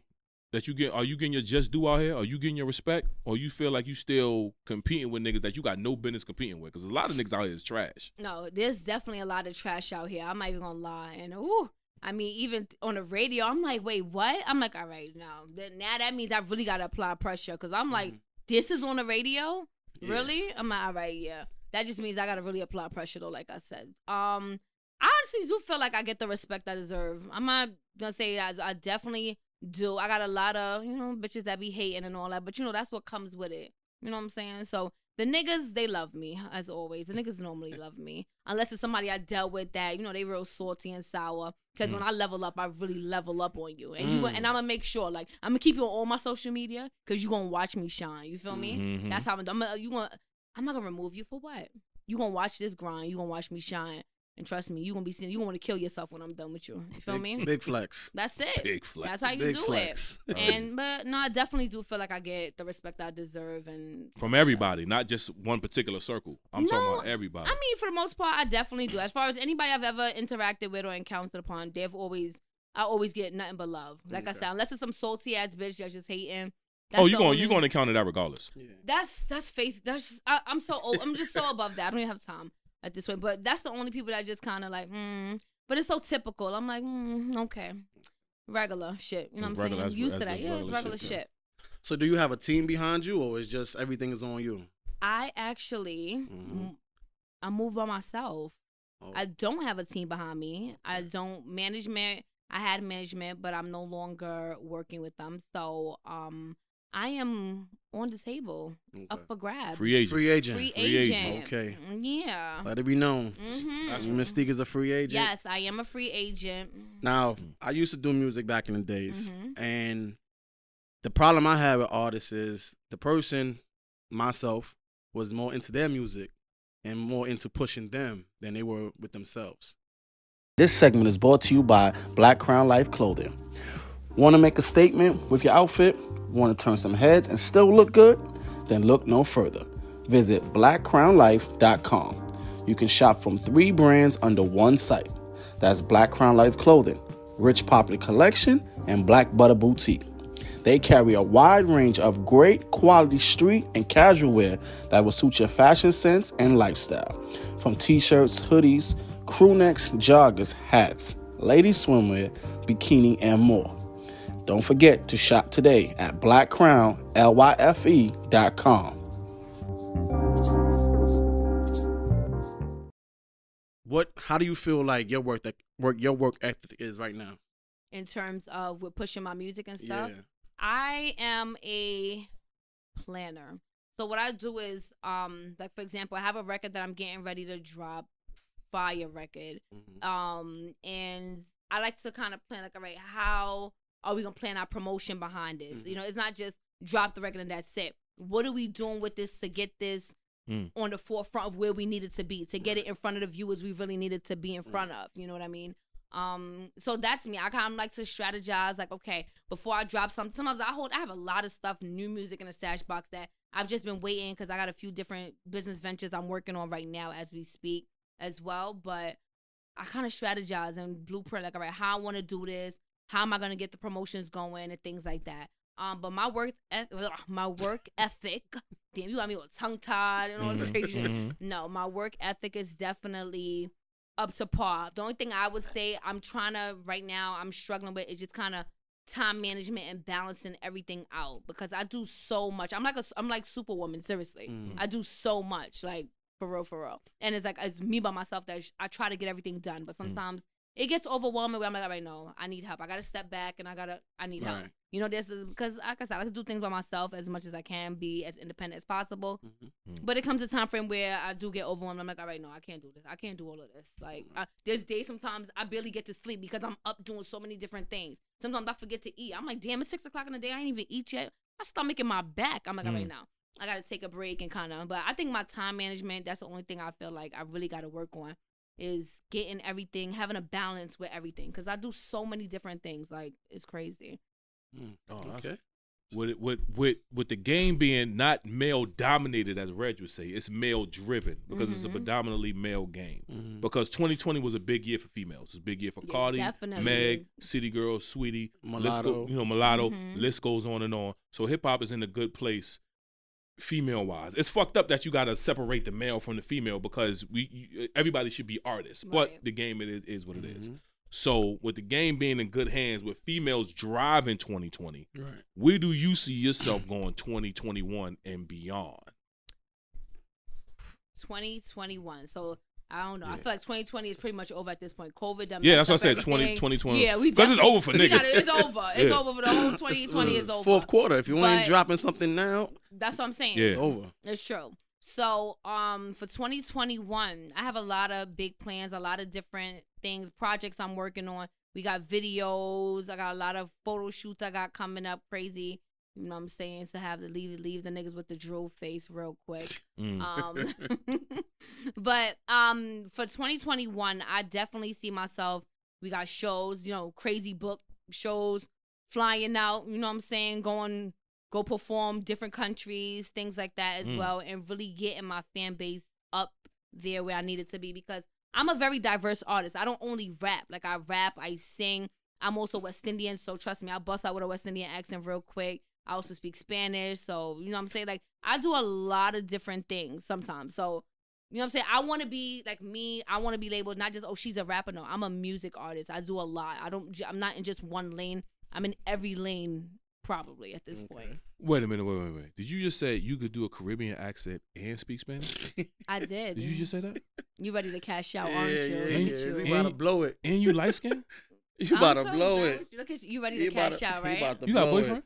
[SPEAKER 3] that you get? Are you getting your just due out here? Are you getting your respect? Or you feel like you still competing with niggas that you got no business competing with? Because a lot of niggas out here is trash.
[SPEAKER 4] No, there's definitely a lot of trash out here. I'm not even gonna lie. And ooh, I mean, even on the radio, I'm like, wait, what? I'm like, all right, no. Then now that means I really gotta apply pressure because I'm like,
[SPEAKER 2] Mm-hmm.
[SPEAKER 4] this is on the radio,
[SPEAKER 2] Yeah.
[SPEAKER 4] really? I'm like, all right, yeah. That just means I gotta really apply pressure though, like I said. Um, I honestly do feel like I get the respect I deserve. I'm not gonna say that I definitely do. I got a lot of you know bitches that be hating and all that, but you know that's what comes with it. You know what I'm saying? So the niggas, they love me as always. The niggas normally love me unless it's somebody I dealt with that you know they real salty and sour. Because when I level up, I really level up on you, and you
[SPEAKER 2] Mm.
[SPEAKER 4] and I'm gonna make sure like I'm gonna keep you on all my social media because you gonna watch me shine. You feel me?
[SPEAKER 2] Mm-hmm.
[SPEAKER 3] Mhm.
[SPEAKER 4] That's how I'm. I'm gonna, you gonna I'm not gonna remove you for what? You gonna watch this grind? You gonna watch me shine? And trust me, you gonna be seeing. You gonna want to kill yourself when I'm done with you. You feel
[SPEAKER 2] Big-
[SPEAKER 4] me?
[SPEAKER 2] Big flex.
[SPEAKER 4] That's it.
[SPEAKER 3] Big flex.
[SPEAKER 4] That's how you
[SPEAKER 2] Big
[SPEAKER 4] do
[SPEAKER 2] flex.
[SPEAKER 4] it. And but no, I definitely do feel like I get the respect I deserve, and
[SPEAKER 3] From everybody, not just one particular circle. I'm talking
[SPEAKER 4] No,
[SPEAKER 3] about everybody.
[SPEAKER 2] Uh-huh.
[SPEAKER 4] I mean, for the most part, I definitely do. As far as anybody I've ever interacted with or encountered upon, they've always, I always get nothing but love. Like I
[SPEAKER 2] Okay.
[SPEAKER 4] said, unless it's some salty ass bitch that's just hating. That's
[SPEAKER 3] oh, you
[SPEAKER 4] the
[SPEAKER 3] going you
[SPEAKER 4] only-
[SPEAKER 3] going to counter that regardless?
[SPEAKER 4] That's that's faith. That's just, I, I'm so old. I'm just so above that. I don't even have time at this point. But that's the only people that just kind of like, mm. but it's so typical. I'm like, mm, okay, regular shit. You know what I'm
[SPEAKER 3] Regular-
[SPEAKER 4] saying?
[SPEAKER 3] that's-
[SPEAKER 4] Used to
[SPEAKER 3] that's
[SPEAKER 4] that.
[SPEAKER 3] just
[SPEAKER 4] Yeah, it's
[SPEAKER 3] regular
[SPEAKER 4] regular
[SPEAKER 3] shit,
[SPEAKER 4] shit.
[SPEAKER 3] yeah.
[SPEAKER 2] So do you have a team behind you or is just everything is on you?
[SPEAKER 4] I actually,
[SPEAKER 3] Mm-hmm.
[SPEAKER 2] Mhm.
[SPEAKER 4] m- I move by myself.
[SPEAKER 2] Oh,
[SPEAKER 4] I don't have a team behind me. I don't management. I had management, but I'm no longer working with them. So um, I am on the table, up for grabs.
[SPEAKER 3] Free agent.
[SPEAKER 2] Free agent.
[SPEAKER 4] Free
[SPEAKER 3] Free agent.
[SPEAKER 4] agent. Mm,
[SPEAKER 2] Okay.
[SPEAKER 4] Yeah.
[SPEAKER 2] Let it be known.
[SPEAKER 4] Mm-hmm.
[SPEAKER 2] Mystique is a free agent.
[SPEAKER 4] Yes, I am a free agent.
[SPEAKER 2] Now, I used to do music back in the days,
[SPEAKER 4] Mhm.
[SPEAKER 2] and the problem I had with artists is the person, myself, was more into their music and more into pushing them than they were with themselves. This segment is brought to you by Black Crown Life Clothing. Want to make a statement with your outfit? Want to turn some heads and still look good? Then look no further. Visit blackcrownlife.com. You can shop from three brands under one site. That's Black Crown Life Clothing, Rich Popular Collection, and Black Butter Boutique. They carry a wide range of great quality street and casual wear that will suit your fashion sense and lifestyle. From t shirts, hoodies, crew necks, joggers, hats, lady swimwear, bikini, and more. Don't forget to shop today at E blackcrownlyfe.com. What? How do you feel like your work that work your work ethic is right now?
[SPEAKER 4] In terms of with pushing my music and stuff, I am a planner. So what I do is, um, like for example, I have a record that I'm getting ready to drop, fire record. Um, and I like to kind of plan like, all right, how are we gonna plan our promotion behind this? You know, it's not just drop the record and that's it. What are we doing with this to get this
[SPEAKER 3] Mm.
[SPEAKER 4] on the forefront of where we needed to be, to get it in front of the viewers we really needed to be in front of? You know what I mean? Um, so that's me. I kind of like to strategize, like, okay, before I drop something, sometimes I hold, I have a lot of stuff, new music in a stash box that I've just been waiting because I got a few different business ventures I'm working on right now as we speak as well. But I kind of strategize and blueprint, like, all right, how I want to do this, how am I going to get the promotions going, and things like that. Um, but my work, eth- my work ethic, damn, you got me all tongue tied and all this
[SPEAKER 3] Mhm,
[SPEAKER 4] crazy shit.
[SPEAKER 3] mhm.
[SPEAKER 4] No, my work ethic is definitely up to par. The only thing I would say I'm trying to right now I'm struggling with is just kind of time management and balancing everything out because I do so much. I'm like a I'm like superwoman seriously. I do so much like for real for real. And it's like it's me by myself that sh- I try to get everything done, but sometimes it gets overwhelming where I'm like, all right, no, I need help. I gotta step back and I gotta I need help.
[SPEAKER 2] Right.
[SPEAKER 4] You know, this is because like I said, I like to do things by myself as much as I can, be as independent as possible.
[SPEAKER 2] Mm-hmm.
[SPEAKER 4] But it comes a time frame where I do get overwhelmed. I'm like, all right, no, I can't do this. I can't do all of this. Like, I, there's days sometimes I barely get to sleep because I'm up doing so many different things. Sometimes I forget to eat. I'm like, damn, it's six o'clock in the day. I ain't even eat yet. My stomach in my back. I'm like, all right, now I gotta take a break and kind of. But I think my time management. That's the only thing I feel like I really gotta work on is getting everything, having a balance with everything. Because I do so many different things. Like, it's crazy.
[SPEAKER 2] Mm. okay.
[SPEAKER 3] with it- with with with the game being not male dominated as Reg would say, it's male driven because it's a
[SPEAKER 4] Mm-hmm.
[SPEAKER 3] predominantly male game. Because 2020 was a big year for females. It's a big year for
[SPEAKER 4] Yeah,
[SPEAKER 3] Cardi,
[SPEAKER 4] definitely.
[SPEAKER 3] Meg, City Girl, Sweetie, Let's go,
[SPEAKER 2] Mulatto.
[SPEAKER 3] you know, Mulatto.
[SPEAKER 4] Mm-hmm.
[SPEAKER 3] List goes on and on. So hip hop is in a good place female wise. It's fucked up that you got to separate the male from the female because we you, everybody should be artists, but
[SPEAKER 4] Right.
[SPEAKER 3] the game it is is what it is.
[SPEAKER 2] Mm-hmm.
[SPEAKER 3] So with the game being in good hands with females driving 2020,
[SPEAKER 2] Right.
[SPEAKER 3] where do you see yourself going 2021 and beyond?
[SPEAKER 4] 2021. So I don't know. I feel like 2020 is pretty much over at this point. COVID done.
[SPEAKER 3] Yeah,
[SPEAKER 4] messed
[SPEAKER 3] that's what I
[SPEAKER 4] up
[SPEAKER 3] said, 20
[SPEAKER 4] everything.
[SPEAKER 3] 2020.
[SPEAKER 4] Yeah, we
[SPEAKER 3] 'Cause it's
[SPEAKER 4] definitely-
[SPEAKER 3] over for
[SPEAKER 4] we
[SPEAKER 3] niggas.
[SPEAKER 4] gotta- It's over. It's
[SPEAKER 3] Yeah.
[SPEAKER 4] over for the whole 2020 is over.
[SPEAKER 2] Mm. Fourth quarter. If you ain't
[SPEAKER 4] But-
[SPEAKER 2] dropping something now,
[SPEAKER 4] That's what I'm saying.
[SPEAKER 3] Yeah.
[SPEAKER 2] it's over.
[SPEAKER 4] It's true. So, um, for 2021, I have a lot of big plans, a lot of different things, projects I'm working on. We got videos. I got a lot of photo shoots I got coming up. Crazy. You know what I'm saying? To have to leave leave the niggas with the drool face real quick.
[SPEAKER 3] Mm.
[SPEAKER 4] Um, but um, for 2021, I definitely see myself. We got shows, you know, crazy book shows, flying out. You know what I'm saying? Going, go perform different countries, things like that as
[SPEAKER 3] Mm.
[SPEAKER 4] well, and really getting my fan base up there where I need it to be because I'm a very diverse artist. I don't only rap. Like I rap, I sing. I'm also West Indian, so trust me, I bust out with a West Indian accent real quick. I also speak Spanish, so you know what I'm saying? Like I do a lot of different things sometimes. So, you know what I'm saying? I want to be like me. I want to be labeled not just oh she's a rapper. No, I'm a music artist. I do a lot. I don't. j- I'm not in just one lane. I'm in every lane probably at this point.
[SPEAKER 3] Wait a minute, wait, wait, wait. Did you just say you could do a Caribbean accent and speak Spanish?
[SPEAKER 4] I did.
[SPEAKER 3] Did you just say that?
[SPEAKER 4] You ready to cash out,
[SPEAKER 2] yeah,
[SPEAKER 4] aren't you?
[SPEAKER 2] yeah,
[SPEAKER 4] Look
[SPEAKER 2] yeah.
[SPEAKER 4] at
[SPEAKER 2] Is
[SPEAKER 4] you.
[SPEAKER 2] He about to
[SPEAKER 3] Ain't-
[SPEAKER 2] blow it.
[SPEAKER 3] And you light skin?
[SPEAKER 2] You
[SPEAKER 4] I'm
[SPEAKER 2] about to
[SPEAKER 4] so
[SPEAKER 2] blow
[SPEAKER 4] done
[SPEAKER 2] it.
[SPEAKER 4] with you. Look at you. You ready
[SPEAKER 2] He
[SPEAKER 4] to
[SPEAKER 2] about
[SPEAKER 4] cash
[SPEAKER 2] to-
[SPEAKER 4] out,
[SPEAKER 2] he
[SPEAKER 4] right?
[SPEAKER 2] about to
[SPEAKER 3] You got a
[SPEAKER 2] blow it.
[SPEAKER 3] boyfriend?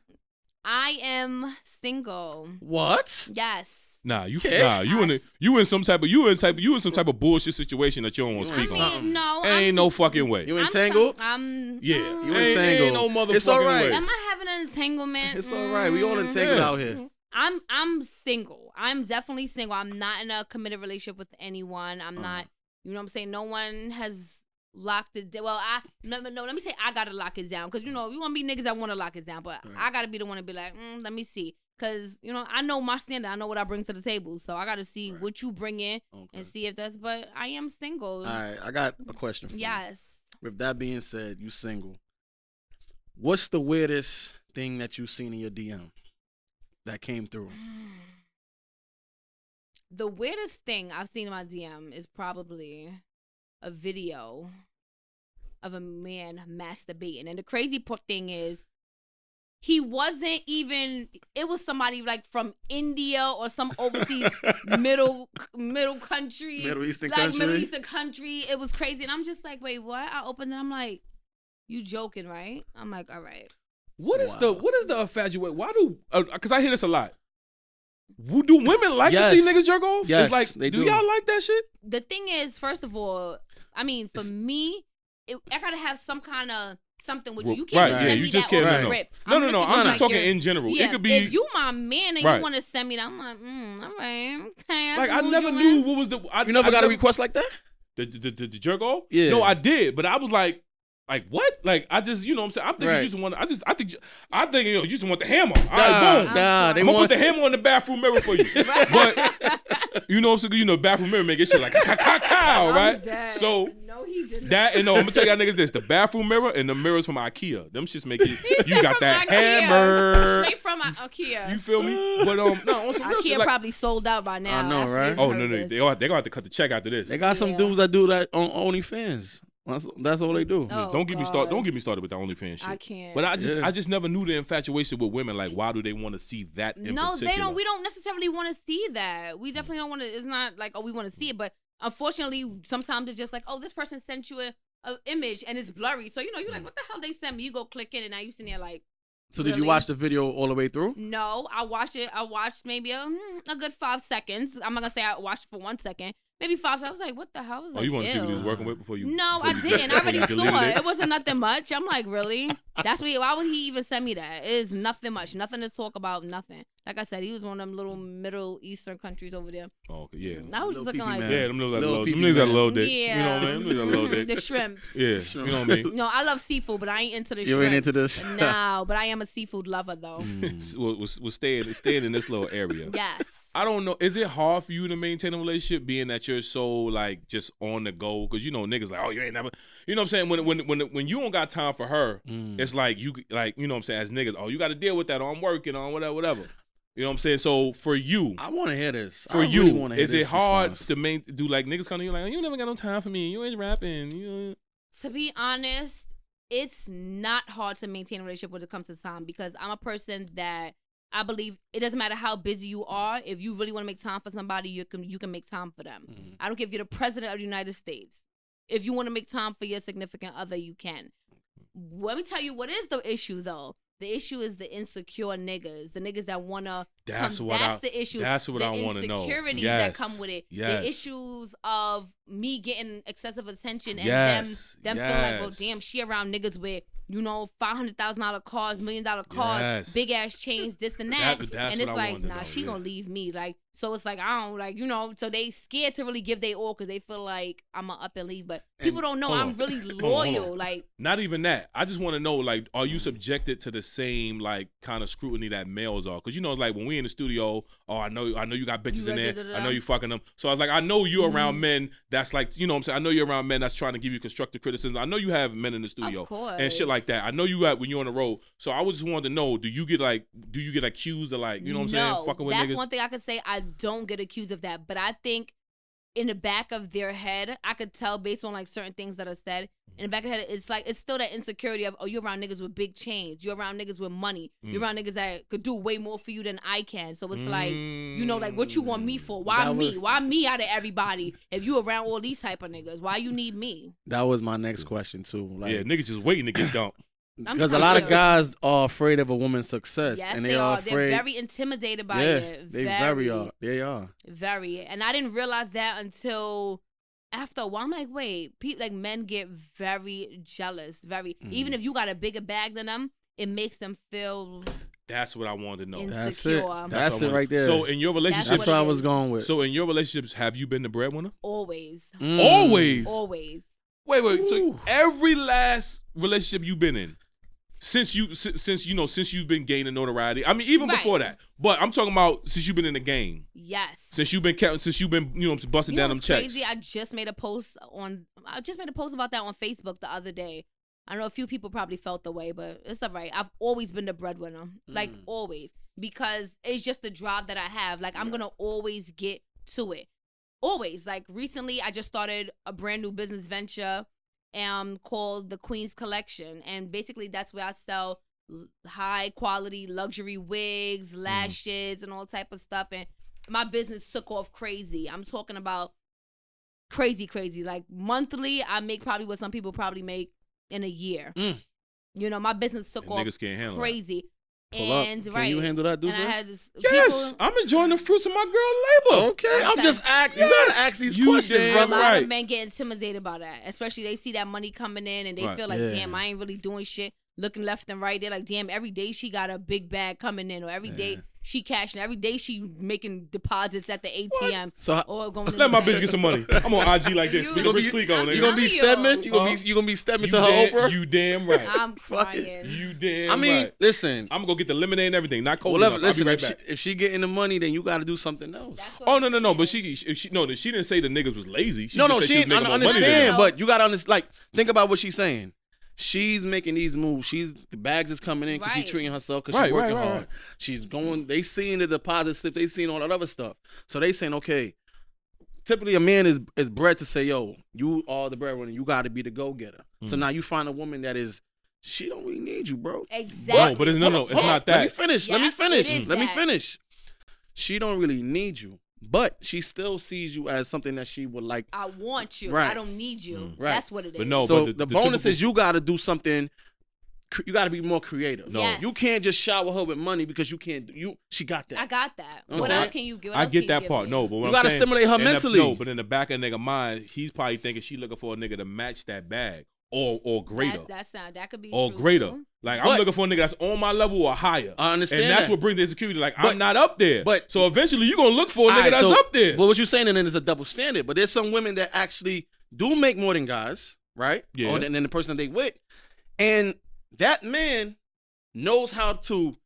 [SPEAKER 4] I am single.
[SPEAKER 2] What?
[SPEAKER 4] Yes.
[SPEAKER 3] Nah, you
[SPEAKER 2] Okay.
[SPEAKER 3] nah, you in a, you in some type of you in type you in some type of bullshit situation that you don't want to
[SPEAKER 2] You in
[SPEAKER 3] speak
[SPEAKER 4] I
[SPEAKER 3] on.
[SPEAKER 2] something.
[SPEAKER 4] mean, no. I'm,
[SPEAKER 3] Ain't no fucking way.
[SPEAKER 2] You
[SPEAKER 4] I'm
[SPEAKER 2] entangled?
[SPEAKER 4] some- I'm.
[SPEAKER 3] Yeah,
[SPEAKER 4] mm,
[SPEAKER 2] You
[SPEAKER 3] ain't,
[SPEAKER 2] entangled.
[SPEAKER 3] Ain't no motherfucking
[SPEAKER 2] It's all right.
[SPEAKER 3] way.
[SPEAKER 4] Am I having an entanglement?
[SPEAKER 2] It's all right. We all
[SPEAKER 4] Mm,
[SPEAKER 2] entangled
[SPEAKER 3] Yeah.
[SPEAKER 2] out here.
[SPEAKER 4] I'm I'm single. I'm definitely single. I'm not in a committed relationship with anyone. I'm not.
[SPEAKER 2] Uh-huh.
[SPEAKER 4] You know what I'm saying? No one has locked it. down. Well, I no, no. Let me say I gotta lock it down because you know you gonna be niggas that want to lock it down, but
[SPEAKER 2] Right.
[SPEAKER 4] I gotta be the one to be like, mm, let me see, because you know I know my standard. I know what I bring to the table, so I gotta see
[SPEAKER 2] Right.
[SPEAKER 4] what you bring in
[SPEAKER 2] Okay.
[SPEAKER 4] and see if that's. But I am single.
[SPEAKER 2] All right, I got a question. For you.
[SPEAKER 4] Yes.
[SPEAKER 2] With that being said, you single. What's the weirdest thing that you've seen in your DM that came through?
[SPEAKER 4] The weirdest thing I've seen in my DM is probably a video of a man masturbating. And the crazy po- thing is, he wasn't even. It was somebody like from India or some overseas middle middle country,
[SPEAKER 2] Middle Eastern
[SPEAKER 4] like middle
[SPEAKER 2] country?
[SPEAKER 4] Eastern country. It was crazy, and I'm just like, wait, what? I opened it. I'm like, you joking, right? I'm like, all right.
[SPEAKER 3] What is
[SPEAKER 2] Wow.
[SPEAKER 3] the what is the infatuate? Why do? Because I hear this a lot. Wo- Do women like to
[SPEAKER 2] Yes.
[SPEAKER 3] see niggas jerk off?
[SPEAKER 2] Yes,
[SPEAKER 3] it's like,
[SPEAKER 2] they
[SPEAKER 3] do
[SPEAKER 2] do.
[SPEAKER 3] y'all like that shit?
[SPEAKER 4] the thing is, first of all, I mean, for
[SPEAKER 2] It's-
[SPEAKER 4] me, it, I gotta have some kind of something with
[SPEAKER 3] Well,
[SPEAKER 4] you. You can't
[SPEAKER 3] right,
[SPEAKER 4] just
[SPEAKER 2] yeah,
[SPEAKER 4] send
[SPEAKER 2] you
[SPEAKER 4] me
[SPEAKER 3] just
[SPEAKER 4] that
[SPEAKER 3] can't-
[SPEAKER 4] on
[SPEAKER 2] no,
[SPEAKER 4] the
[SPEAKER 2] no.
[SPEAKER 4] rip.
[SPEAKER 3] No, no, no.
[SPEAKER 4] looking
[SPEAKER 3] I'm
[SPEAKER 4] at
[SPEAKER 3] just
[SPEAKER 4] you
[SPEAKER 3] talking
[SPEAKER 4] you're-
[SPEAKER 3] in general.
[SPEAKER 4] yeah,
[SPEAKER 3] it could be
[SPEAKER 4] if you my man and
[SPEAKER 3] Right.
[SPEAKER 4] you want to send me that, I'm like, mm, all right, okay. I
[SPEAKER 3] like
[SPEAKER 4] see
[SPEAKER 3] I
[SPEAKER 4] what
[SPEAKER 3] never
[SPEAKER 4] you
[SPEAKER 3] knew
[SPEAKER 4] in.
[SPEAKER 3] what was the. I,
[SPEAKER 2] You never
[SPEAKER 3] I
[SPEAKER 2] got a request like that?
[SPEAKER 3] The, the, the, the jerk off?
[SPEAKER 2] Yeah.
[SPEAKER 3] No, I did, but I was like, like what? Like I just, you know, what I'm saying, I'm thinking
[SPEAKER 2] Right.
[SPEAKER 3] you just want. I just, I think, you- I think you, know, you just want the hammer. All
[SPEAKER 2] Nah,
[SPEAKER 3] right, boom.
[SPEAKER 2] nah,
[SPEAKER 4] I'm sorry.
[SPEAKER 2] they
[SPEAKER 3] I'm gonna
[SPEAKER 2] want
[SPEAKER 3] put the hammer on the bathroom mirror for you. But you know, so you know, bathroom mirror make it shit like ka ka cow, right?
[SPEAKER 4] I'm dead.
[SPEAKER 3] So
[SPEAKER 4] no, he didn't.
[SPEAKER 3] that and no, I'm gonna tell y'all niggas this: the bathroom mirror and the mirrors from IKEA. Them shits make it. You got that hammer.
[SPEAKER 4] Straight from I- IKEA.
[SPEAKER 3] You feel me? But um, no, on some real
[SPEAKER 4] IKEA
[SPEAKER 3] shit, like,
[SPEAKER 4] probably sold out by now.
[SPEAKER 2] know,
[SPEAKER 4] after
[SPEAKER 2] right?
[SPEAKER 4] you
[SPEAKER 3] oh
[SPEAKER 4] heard
[SPEAKER 3] no, no,
[SPEAKER 4] this.
[SPEAKER 3] they gonna, they gonna have to cut the check after this.
[SPEAKER 2] They got some
[SPEAKER 4] Yeah.
[SPEAKER 2] dudes that do that on OnlyFans. That's that's all they do.
[SPEAKER 4] Oh,
[SPEAKER 3] don't get me started.
[SPEAKER 4] God.
[SPEAKER 3] Don't get me started with the OnlyFans shit.
[SPEAKER 4] I can't.
[SPEAKER 3] But I just,
[SPEAKER 2] Yeah.
[SPEAKER 3] I just never knew the infatuation with women. Like, why do they want to see that? In
[SPEAKER 4] no, they
[SPEAKER 3] particular? Mm.
[SPEAKER 4] don't. We don't necessarily want to see that. We definitely don't want to. It's not like oh, we want to see it, but unfortunately, sometimes it's just like oh, this person sent you a, a image and it's blurry. So you know, you're
[SPEAKER 3] Mm.
[SPEAKER 4] like, what the hell they sent me? You go click it, and now you sitting there like,
[SPEAKER 2] So did you
[SPEAKER 4] really?
[SPEAKER 2] watch the video all the way through?
[SPEAKER 4] no, I watched it. I watched maybe a, mm, a good five seconds. I'm not gonna say I watched it for one second, maybe five. seconds. I was like, what the hell? I was
[SPEAKER 3] Oh,
[SPEAKER 4] like,
[SPEAKER 3] you want to see what he
[SPEAKER 4] ew.
[SPEAKER 3] was working with before you?
[SPEAKER 4] No, I
[SPEAKER 3] before you-
[SPEAKER 4] didn't. I
[SPEAKER 3] before
[SPEAKER 4] already
[SPEAKER 3] you
[SPEAKER 4] saw
[SPEAKER 3] deleted
[SPEAKER 4] it. It wasn't nothing much. I'm like, really? That's what. Why would he even send me that? It is nothing much. Nothing to talk about. Nothing. Like I said, he was one of them little Middle Eastern countries over there.
[SPEAKER 3] Oh, okay, yeah.
[SPEAKER 4] I was
[SPEAKER 2] Little
[SPEAKER 4] just looking
[SPEAKER 2] peepee
[SPEAKER 4] like,
[SPEAKER 2] man.
[SPEAKER 3] Yeah, them niggas got
[SPEAKER 2] Little
[SPEAKER 3] low. Them
[SPEAKER 2] peepee
[SPEAKER 3] niggas got
[SPEAKER 2] man.
[SPEAKER 3] low dick.
[SPEAKER 4] yeah,
[SPEAKER 3] You know what I mean? Them niggas got low
[SPEAKER 4] Mhm, the
[SPEAKER 3] dick.
[SPEAKER 4] shrimps.
[SPEAKER 3] Yeah, you know what I mean.
[SPEAKER 4] No, I love seafood, but I ain't into the
[SPEAKER 2] You ain't into Mm.
[SPEAKER 4] shrimp.
[SPEAKER 2] this.
[SPEAKER 4] no, but I am a seafood lover though.
[SPEAKER 3] was was was staying staying in this little area.
[SPEAKER 4] yes.
[SPEAKER 3] I don't know. Is it hard for you to maintain a relationship being that you're so like just on the go? Because you know niggas like, oh, you ain't never. You know what I'm saying? When when when when you don't got time for her, it's like you like you know what I'm saying. As niggas, oh, you got to deal with that. Or I'm working on whatever, whatever. You know what I'm saying? So for you,
[SPEAKER 2] I want to hear this.
[SPEAKER 3] for
[SPEAKER 2] I
[SPEAKER 3] you,
[SPEAKER 2] really wanna hear
[SPEAKER 3] is it
[SPEAKER 2] this
[SPEAKER 3] hard
[SPEAKER 2] response.
[SPEAKER 3] to main do like niggas kind of you like, oh, you never got no time for me. You ain't rapping. You
[SPEAKER 4] to be honest, it's not hard to maintain a relationship when it comes to time because I'm a person that I believe it doesn't matter how busy you are. If you really want to make time for somebody, you can you can make time for them.
[SPEAKER 3] Mm-hmm.
[SPEAKER 4] I don't care if you're the president of the United States. If you want to make time for your significant other, you can. Let me tell you what is the issue though. The issue is the insecure niggas, the niggas that wanna.
[SPEAKER 3] That's
[SPEAKER 4] come,
[SPEAKER 3] what I-
[SPEAKER 4] That's the issue.
[SPEAKER 3] that's what
[SPEAKER 4] the
[SPEAKER 3] I wanna know.
[SPEAKER 4] Insecurities
[SPEAKER 3] Yes.
[SPEAKER 4] that come with it.
[SPEAKER 3] Yes.
[SPEAKER 4] The issues of me getting excessive attention and
[SPEAKER 3] Yes.
[SPEAKER 4] them them feeling like, well,
[SPEAKER 3] Yes.
[SPEAKER 4] damn, she around niggas with you know five hundred thousand dollar cars, million dollar cars,
[SPEAKER 3] Yes.
[SPEAKER 4] big ass chains, this and
[SPEAKER 3] That-
[SPEAKER 4] that,
[SPEAKER 3] that's
[SPEAKER 4] and it's
[SPEAKER 3] what I
[SPEAKER 4] like,
[SPEAKER 3] wanted to
[SPEAKER 4] nah,
[SPEAKER 3] know,
[SPEAKER 4] she
[SPEAKER 3] yeah.
[SPEAKER 4] gonna leave me. Like, so it's like I don't like you know. So they scared to really give they all because they feel like I'm going to up and leave, but people don't know
[SPEAKER 3] hold
[SPEAKER 4] I'm
[SPEAKER 3] on.
[SPEAKER 4] really
[SPEAKER 3] Hold on, hold
[SPEAKER 4] loyal.
[SPEAKER 3] on.
[SPEAKER 4] Like,
[SPEAKER 3] Not even that. I just want to know, like, are you subjected to the same like kind of scrutiny that males are? Because you know, it's like when we in the studio, oh, I know, I know you got bitches in there. I know you fucking them. So I was like, I know you
[SPEAKER 4] Mm-hmm.
[SPEAKER 3] around men that's like, you know, what I'm saying, I know you're around men that's trying to give you constructive criticism. I know you have men in the studio and shit
[SPEAKER 4] course.
[SPEAKER 3] like that. I know you at when you're on the road. So I was just wanted to know, do you get like, do you get accused of like, you know, what I'm
[SPEAKER 4] no,
[SPEAKER 3] saying, fucking with
[SPEAKER 4] that's
[SPEAKER 3] niggas?
[SPEAKER 4] one thing I could say. I don't get accused of that, but I think in the back of their head, I could tell based on like certain things that are said.
[SPEAKER 3] Mm-hmm.
[SPEAKER 4] In the back of the head, it's like it's still that insecurity of oh, you're around niggas with big chains, you're around niggas with money,
[SPEAKER 3] Mm.
[SPEAKER 4] you're around niggas that could do way more for you than I can. So it's like you know, like what you want me for? Why
[SPEAKER 2] That
[SPEAKER 4] me?
[SPEAKER 2] was-
[SPEAKER 4] Why me out of everybody? If you around all these type of niggas, why you need me?
[SPEAKER 2] That was my next question too. Like,
[SPEAKER 3] Mm. yeah, niggas just waiting to get dumped.
[SPEAKER 4] I'm
[SPEAKER 2] Because a
[SPEAKER 4] trying
[SPEAKER 2] lot
[SPEAKER 4] to-
[SPEAKER 2] of guys are afraid of a woman's success,
[SPEAKER 4] Yes,
[SPEAKER 2] and
[SPEAKER 4] they,
[SPEAKER 2] they,
[SPEAKER 4] are.
[SPEAKER 2] afraid.
[SPEAKER 4] They're very intimidated by
[SPEAKER 2] yeah,
[SPEAKER 4] it.
[SPEAKER 2] they very are. They are.
[SPEAKER 4] Very. And I didn't realize that until after a while. I'm like, wait, pe- like men get very jealous. Very. Even if you got a bigger bag than them, it makes them feel.
[SPEAKER 3] That's what I wanted to know.
[SPEAKER 4] In-
[SPEAKER 2] That's
[SPEAKER 4] Insecure.
[SPEAKER 2] it. That's
[SPEAKER 4] That's
[SPEAKER 3] what I
[SPEAKER 2] it
[SPEAKER 3] wanted-
[SPEAKER 2] right there.
[SPEAKER 3] So in your
[SPEAKER 4] That's
[SPEAKER 3] relationship,
[SPEAKER 2] that's
[SPEAKER 4] what
[SPEAKER 2] what
[SPEAKER 4] it
[SPEAKER 2] I was
[SPEAKER 4] is.
[SPEAKER 2] going with.
[SPEAKER 3] so in your relationships, have you been the breadwinner?
[SPEAKER 4] Always.
[SPEAKER 2] Mm.
[SPEAKER 3] Always.
[SPEAKER 4] Always.
[SPEAKER 3] Wait, wait. So
[SPEAKER 2] Ooh.
[SPEAKER 3] every last relationship you've been in, since you since, since you know since you've been gaining notoriety, I mean even
[SPEAKER 4] Right.
[SPEAKER 3] before that, but I'm talking about since you've been in the game,
[SPEAKER 4] Yes.
[SPEAKER 3] since you've been kept, since you've been you know busting
[SPEAKER 4] You know
[SPEAKER 3] down them
[SPEAKER 4] what's
[SPEAKER 3] checks.
[SPEAKER 4] Crazy. I just made a post on. I just made a post about that on Facebook the other day. I know a few people probably felt the way, but it's all right. I've always been the breadwinner, like always, because it's just the drive that I have. Like I'm gonna always get to it, always. Like recently, I just started a brand new business venture, um, called the Queen's Collection, and basically that's where I sell l- high quality luxury wigs,
[SPEAKER 3] Mm.
[SPEAKER 4] lashes, and all type of stuff. And my business took off crazy. I'm talking about crazy, crazy. Like monthly, I make probably what some people probably make in a year.
[SPEAKER 2] Mm.
[SPEAKER 4] You know, my business took
[SPEAKER 3] And
[SPEAKER 4] off
[SPEAKER 3] niggas can't handle that.
[SPEAKER 4] crazy.
[SPEAKER 2] Pull up.
[SPEAKER 4] and
[SPEAKER 2] Can
[SPEAKER 4] right,
[SPEAKER 2] you handle that,
[SPEAKER 4] and
[SPEAKER 2] Deuce?
[SPEAKER 4] I had s-
[SPEAKER 3] Yes,
[SPEAKER 4] people,
[SPEAKER 3] I'm enjoying the fruits of my girl labor.
[SPEAKER 2] Okay, I'm
[SPEAKER 4] Okay.
[SPEAKER 2] just act. You
[SPEAKER 3] Yes,
[SPEAKER 2] gotta ask these
[SPEAKER 3] you
[SPEAKER 2] questions,
[SPEAKER 3] damn
[SPEAKER 4] a
[SPEAKER 2] brother.
[SPEAKER 4] lot
[SPEAKER 3] right.
[SPEAKER 4] of men get intimidated by that. Especially they see that money coming in and they
[SPEAKER 3] Right.
[SPEAKER 4] feel like,
[SPEAKER 2] Yeah.
[SPEAKER 4] damn, I ain't really doing shit. Looking left and right, they're like, damn, every day she got a big bag coming in, or every day she cashing, every day she making deposits at the ATM,
[SPEAKER 2] So
[SPEAKER 4] or going. To
[SPEAKER 3] Let
[SPEAKER 4] the
[SPEAKER 3] my
[SPEAKER 4] bank.
[SPEAKER 3] bitch get some money. I'm on IG like this.
[SPEAKER 4] You-
[SPEAKER 3] Nigga,
[SPEAKER 4] You
[SPEAKER 3] Rich
[SPEAKER 2] be-
[SPEAKER 3] Clique on,
[SPEAKER 4] you
[SPEAKER 3] nigga.
[SPEAKER 2] you gonna be
[SPEAKER 4] Yo.
[SPEAKER 2] Stedman? You gonna
[SPEAKER 3] Huh?
[SPEAKER 2] be you gonna be Stedman
[SPEAKER 3] You
[SPEAKER 2] to her
[SPEAKER 3] damn-
[SPEAKER 2] Oprah?
[SPEAKER 3] You damn right.
[SPEAKER 4] I'm
[SPEAKER 2] Fuck it.
[SPEAKER 4] crying.
[SPEAKER 3] You damn
[SPEAKER 2] I mean,
[SPEAKER 3] right.
[SPEAKER 2] listen.
[SPEAKER 3] I'm gonna go get the lemonade and everything. Not cold.
[SPEAKER 2] Well,
[SPEAKER 3] enough. I'll
[SPEAKER 2] listen.
[SPEAKER 3] be right
[SPEAKER 2] if, she,
[SPEAKER 3] back.
[SPEAKER 2] if she getting the money, then you gotta do something else.
[SPEAKER 4] That's what
[SPEAKER 3] Oh
[SPEAKER 4] I'm
[SPEAKER 3] no no no!
[SPEAKER 4] saying.
[SPEAKER 3] But she, she, she no she didn't say the niggas was lazy. She
[SPEAKER 2] no,
[SPEAKER 3] just
[SPEAKER 2] no,
[SPEAKER 3] said
[SPEAKER 2] she,
[SPEAKER 3] was
[SPEAKER 2] ain't, I
[SPEAKER 3] making more money than
[SPEAKER 2] understand,
[SPEAKER 3] them.
[SPEAKER 2] but you gotta understand. Like, think about what she's saying. She's making these moves. She's the bags is coming in because
[SPEAKER 4] Right.
[SPEAKER 2] she's treating herself because
[SPEAKER 3] Right,
[SPEAKER 2] she's
[SPEAKER 3] right,
[SPEAKER 2] working
[SPEAKER 3] right,
[SPEAKER 2] hard.
[SPEAKER 3] right.
[SPEAKER 2] She's going. They seeing the deposit slip. They seeing all that other stuff. So they saying, okay. Typically, a man is is bred to say, "Yo, you are the breadwinner. You got to be the go getter." So
[SPEAKER 3] Mm.
[SPEAKER 2] now you find a woman that is, she don't really need you, bro.
[SPEAKER 4] Exactly.
[SPEAKER 3] No, but it's- no, no, it's
[SPEAKER 2] Hold on,
[SPEAKER 3] not
[SPEAKER 2] Let me
[SPEAKER 3] that.
[SPEAKER 2] finish. let me
[SPEAKER 4] Yes, it is
[SPEAKER 2] finish. Let me
[SPEAKER 4] that.
[SPEAKER 2] finish. She don't really need you, but she still sees you as something that she would like
[SPEAKER 4] I want you. I
[SPEAKER 2] Right. Mm,
[SPEAKER 4] don't need you.
[SPEAKER 2] Right.
[SPEAKER 4] That's what it is.
[SPEAKER 3] But no, the-
[SPEAKER 2] so the,
[SPEAKER 3] the
[SPEAKER 2] bonus
[SPEAKER 3] typical-
[SPEAKER 2] is you got to do something. cr- You got to be more creative.
[SPEAKER 3] No.
[SPEAKER 4] Yes.
[SPEAKER 2] You can't just shower her with money because you can't. You she got that.
[SPEAKER 4] I got that.
[SPEAKER 2] I'm
[SPEAKER 4] what
[SPEAKER 2] saying-
[SPEAKER 4] else can you give? What
[SPEAKER 3] I
[SPEAKER 4] else
[SPEAKER 3] get
[SPEAKER 4] can
[SPEAKER 3] that
[SPEAKER 4] give
[SPEAKER 3] part.
[SPEAKER 4] me?
[SPEAKER 3] No, but what
[SPEAKER 2] You
[SPEAKER 3] I'm
[SPEAKER 2] gotta
[SPEAKER 3] saying-
[SPEAKER 2] stimulate her
[SPEAKER 3] in the-
[SPEAKER 2] mentally.
[SPEAKER 3] no, but in the back of nigga mind, he's probably thinking she looking for a nigga to match that bag or or greater
[SPEAKER 4] That's, that sound that could be
[SPEAKER 3] or
[SPEAKER 4] true,
[SPEAKER 3] greater.
[SPEAKER 4] too.
[SPEAKER 3] Like I'm
[SPEAKER 2] But-
[SPEAKER 3] looking for a nigga that's on my level or higher.
[SPEAKER 2] I understand
[SPEAKER 3] And that's
[SPEAKER 2] that.
[SPEAKER 3] what brings the insecurity. Like
[SPEAKER 2] But-
[SPEAKER 3] I'm not up there.
[SPEAKER 2] but-
[SPEAKER 3] so eventually you are gonna look for a nigga
[SPEAKER 2] Alright,
[SPEAKER 3] that's
[SPEAKER 2] so-
[SPEAKER 3] up there.
[SPEAKER 2] But what you're saying then is a double standard. But there's some women that actually do make more than guys, right?
[SPEAKER 3] Yeah.
[SPEAKER 2] Or than, than the person they with, and that man knows how to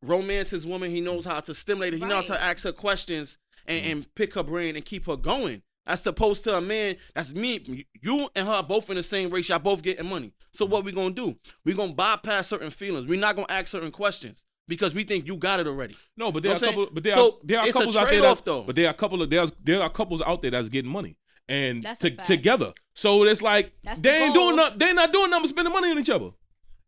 [SPEAKER 2] romance his woman. He knows how to stimulate her. He knows how
[SPEAKER 4] Right.
[SPEAKER 2] to ask her questions and,
[SPEAKER 3] Mm-hmm.
[SPEAKER 2] and pick her brain and keep her going. That's opposed to a man. That's me. You and her are both in the same race. Y'all both getting money. So what we gonna do? We gonna bypass certain feelings. We're not gonna ask certain questions because we think you got it already.
[SPEAKER 3] no, but there are
[SPEAKER 2] I'm saying-
[SPEAKER 3] couple. But there
[SPEAKER 2] so
[SPEAKER 3] are there are
[SPEAKER 2] it's a
[SPEAKER 3] couples out there.
[SPEAKER 2] trade-off,
[SPEAKER 3] That,
[SPEAKER 2] though.
[SPEAKER 3] But there are couple of there's there are couples out there that's getting money and
[SPEAKER 4] That's
[SPEAKER 3] to-
[SPEAKER 4] a fact.
[SPEAKER 3] together. So it's like
[SPEAKER 4] That's
[SPEAKER 3] they
[SPEAKER 4] the
[SPEAKER 3] ain't
[SPEAKER 4] goal.
[SPEAKER 3] doing nothing. They not doing nothing. but Spending money on each other,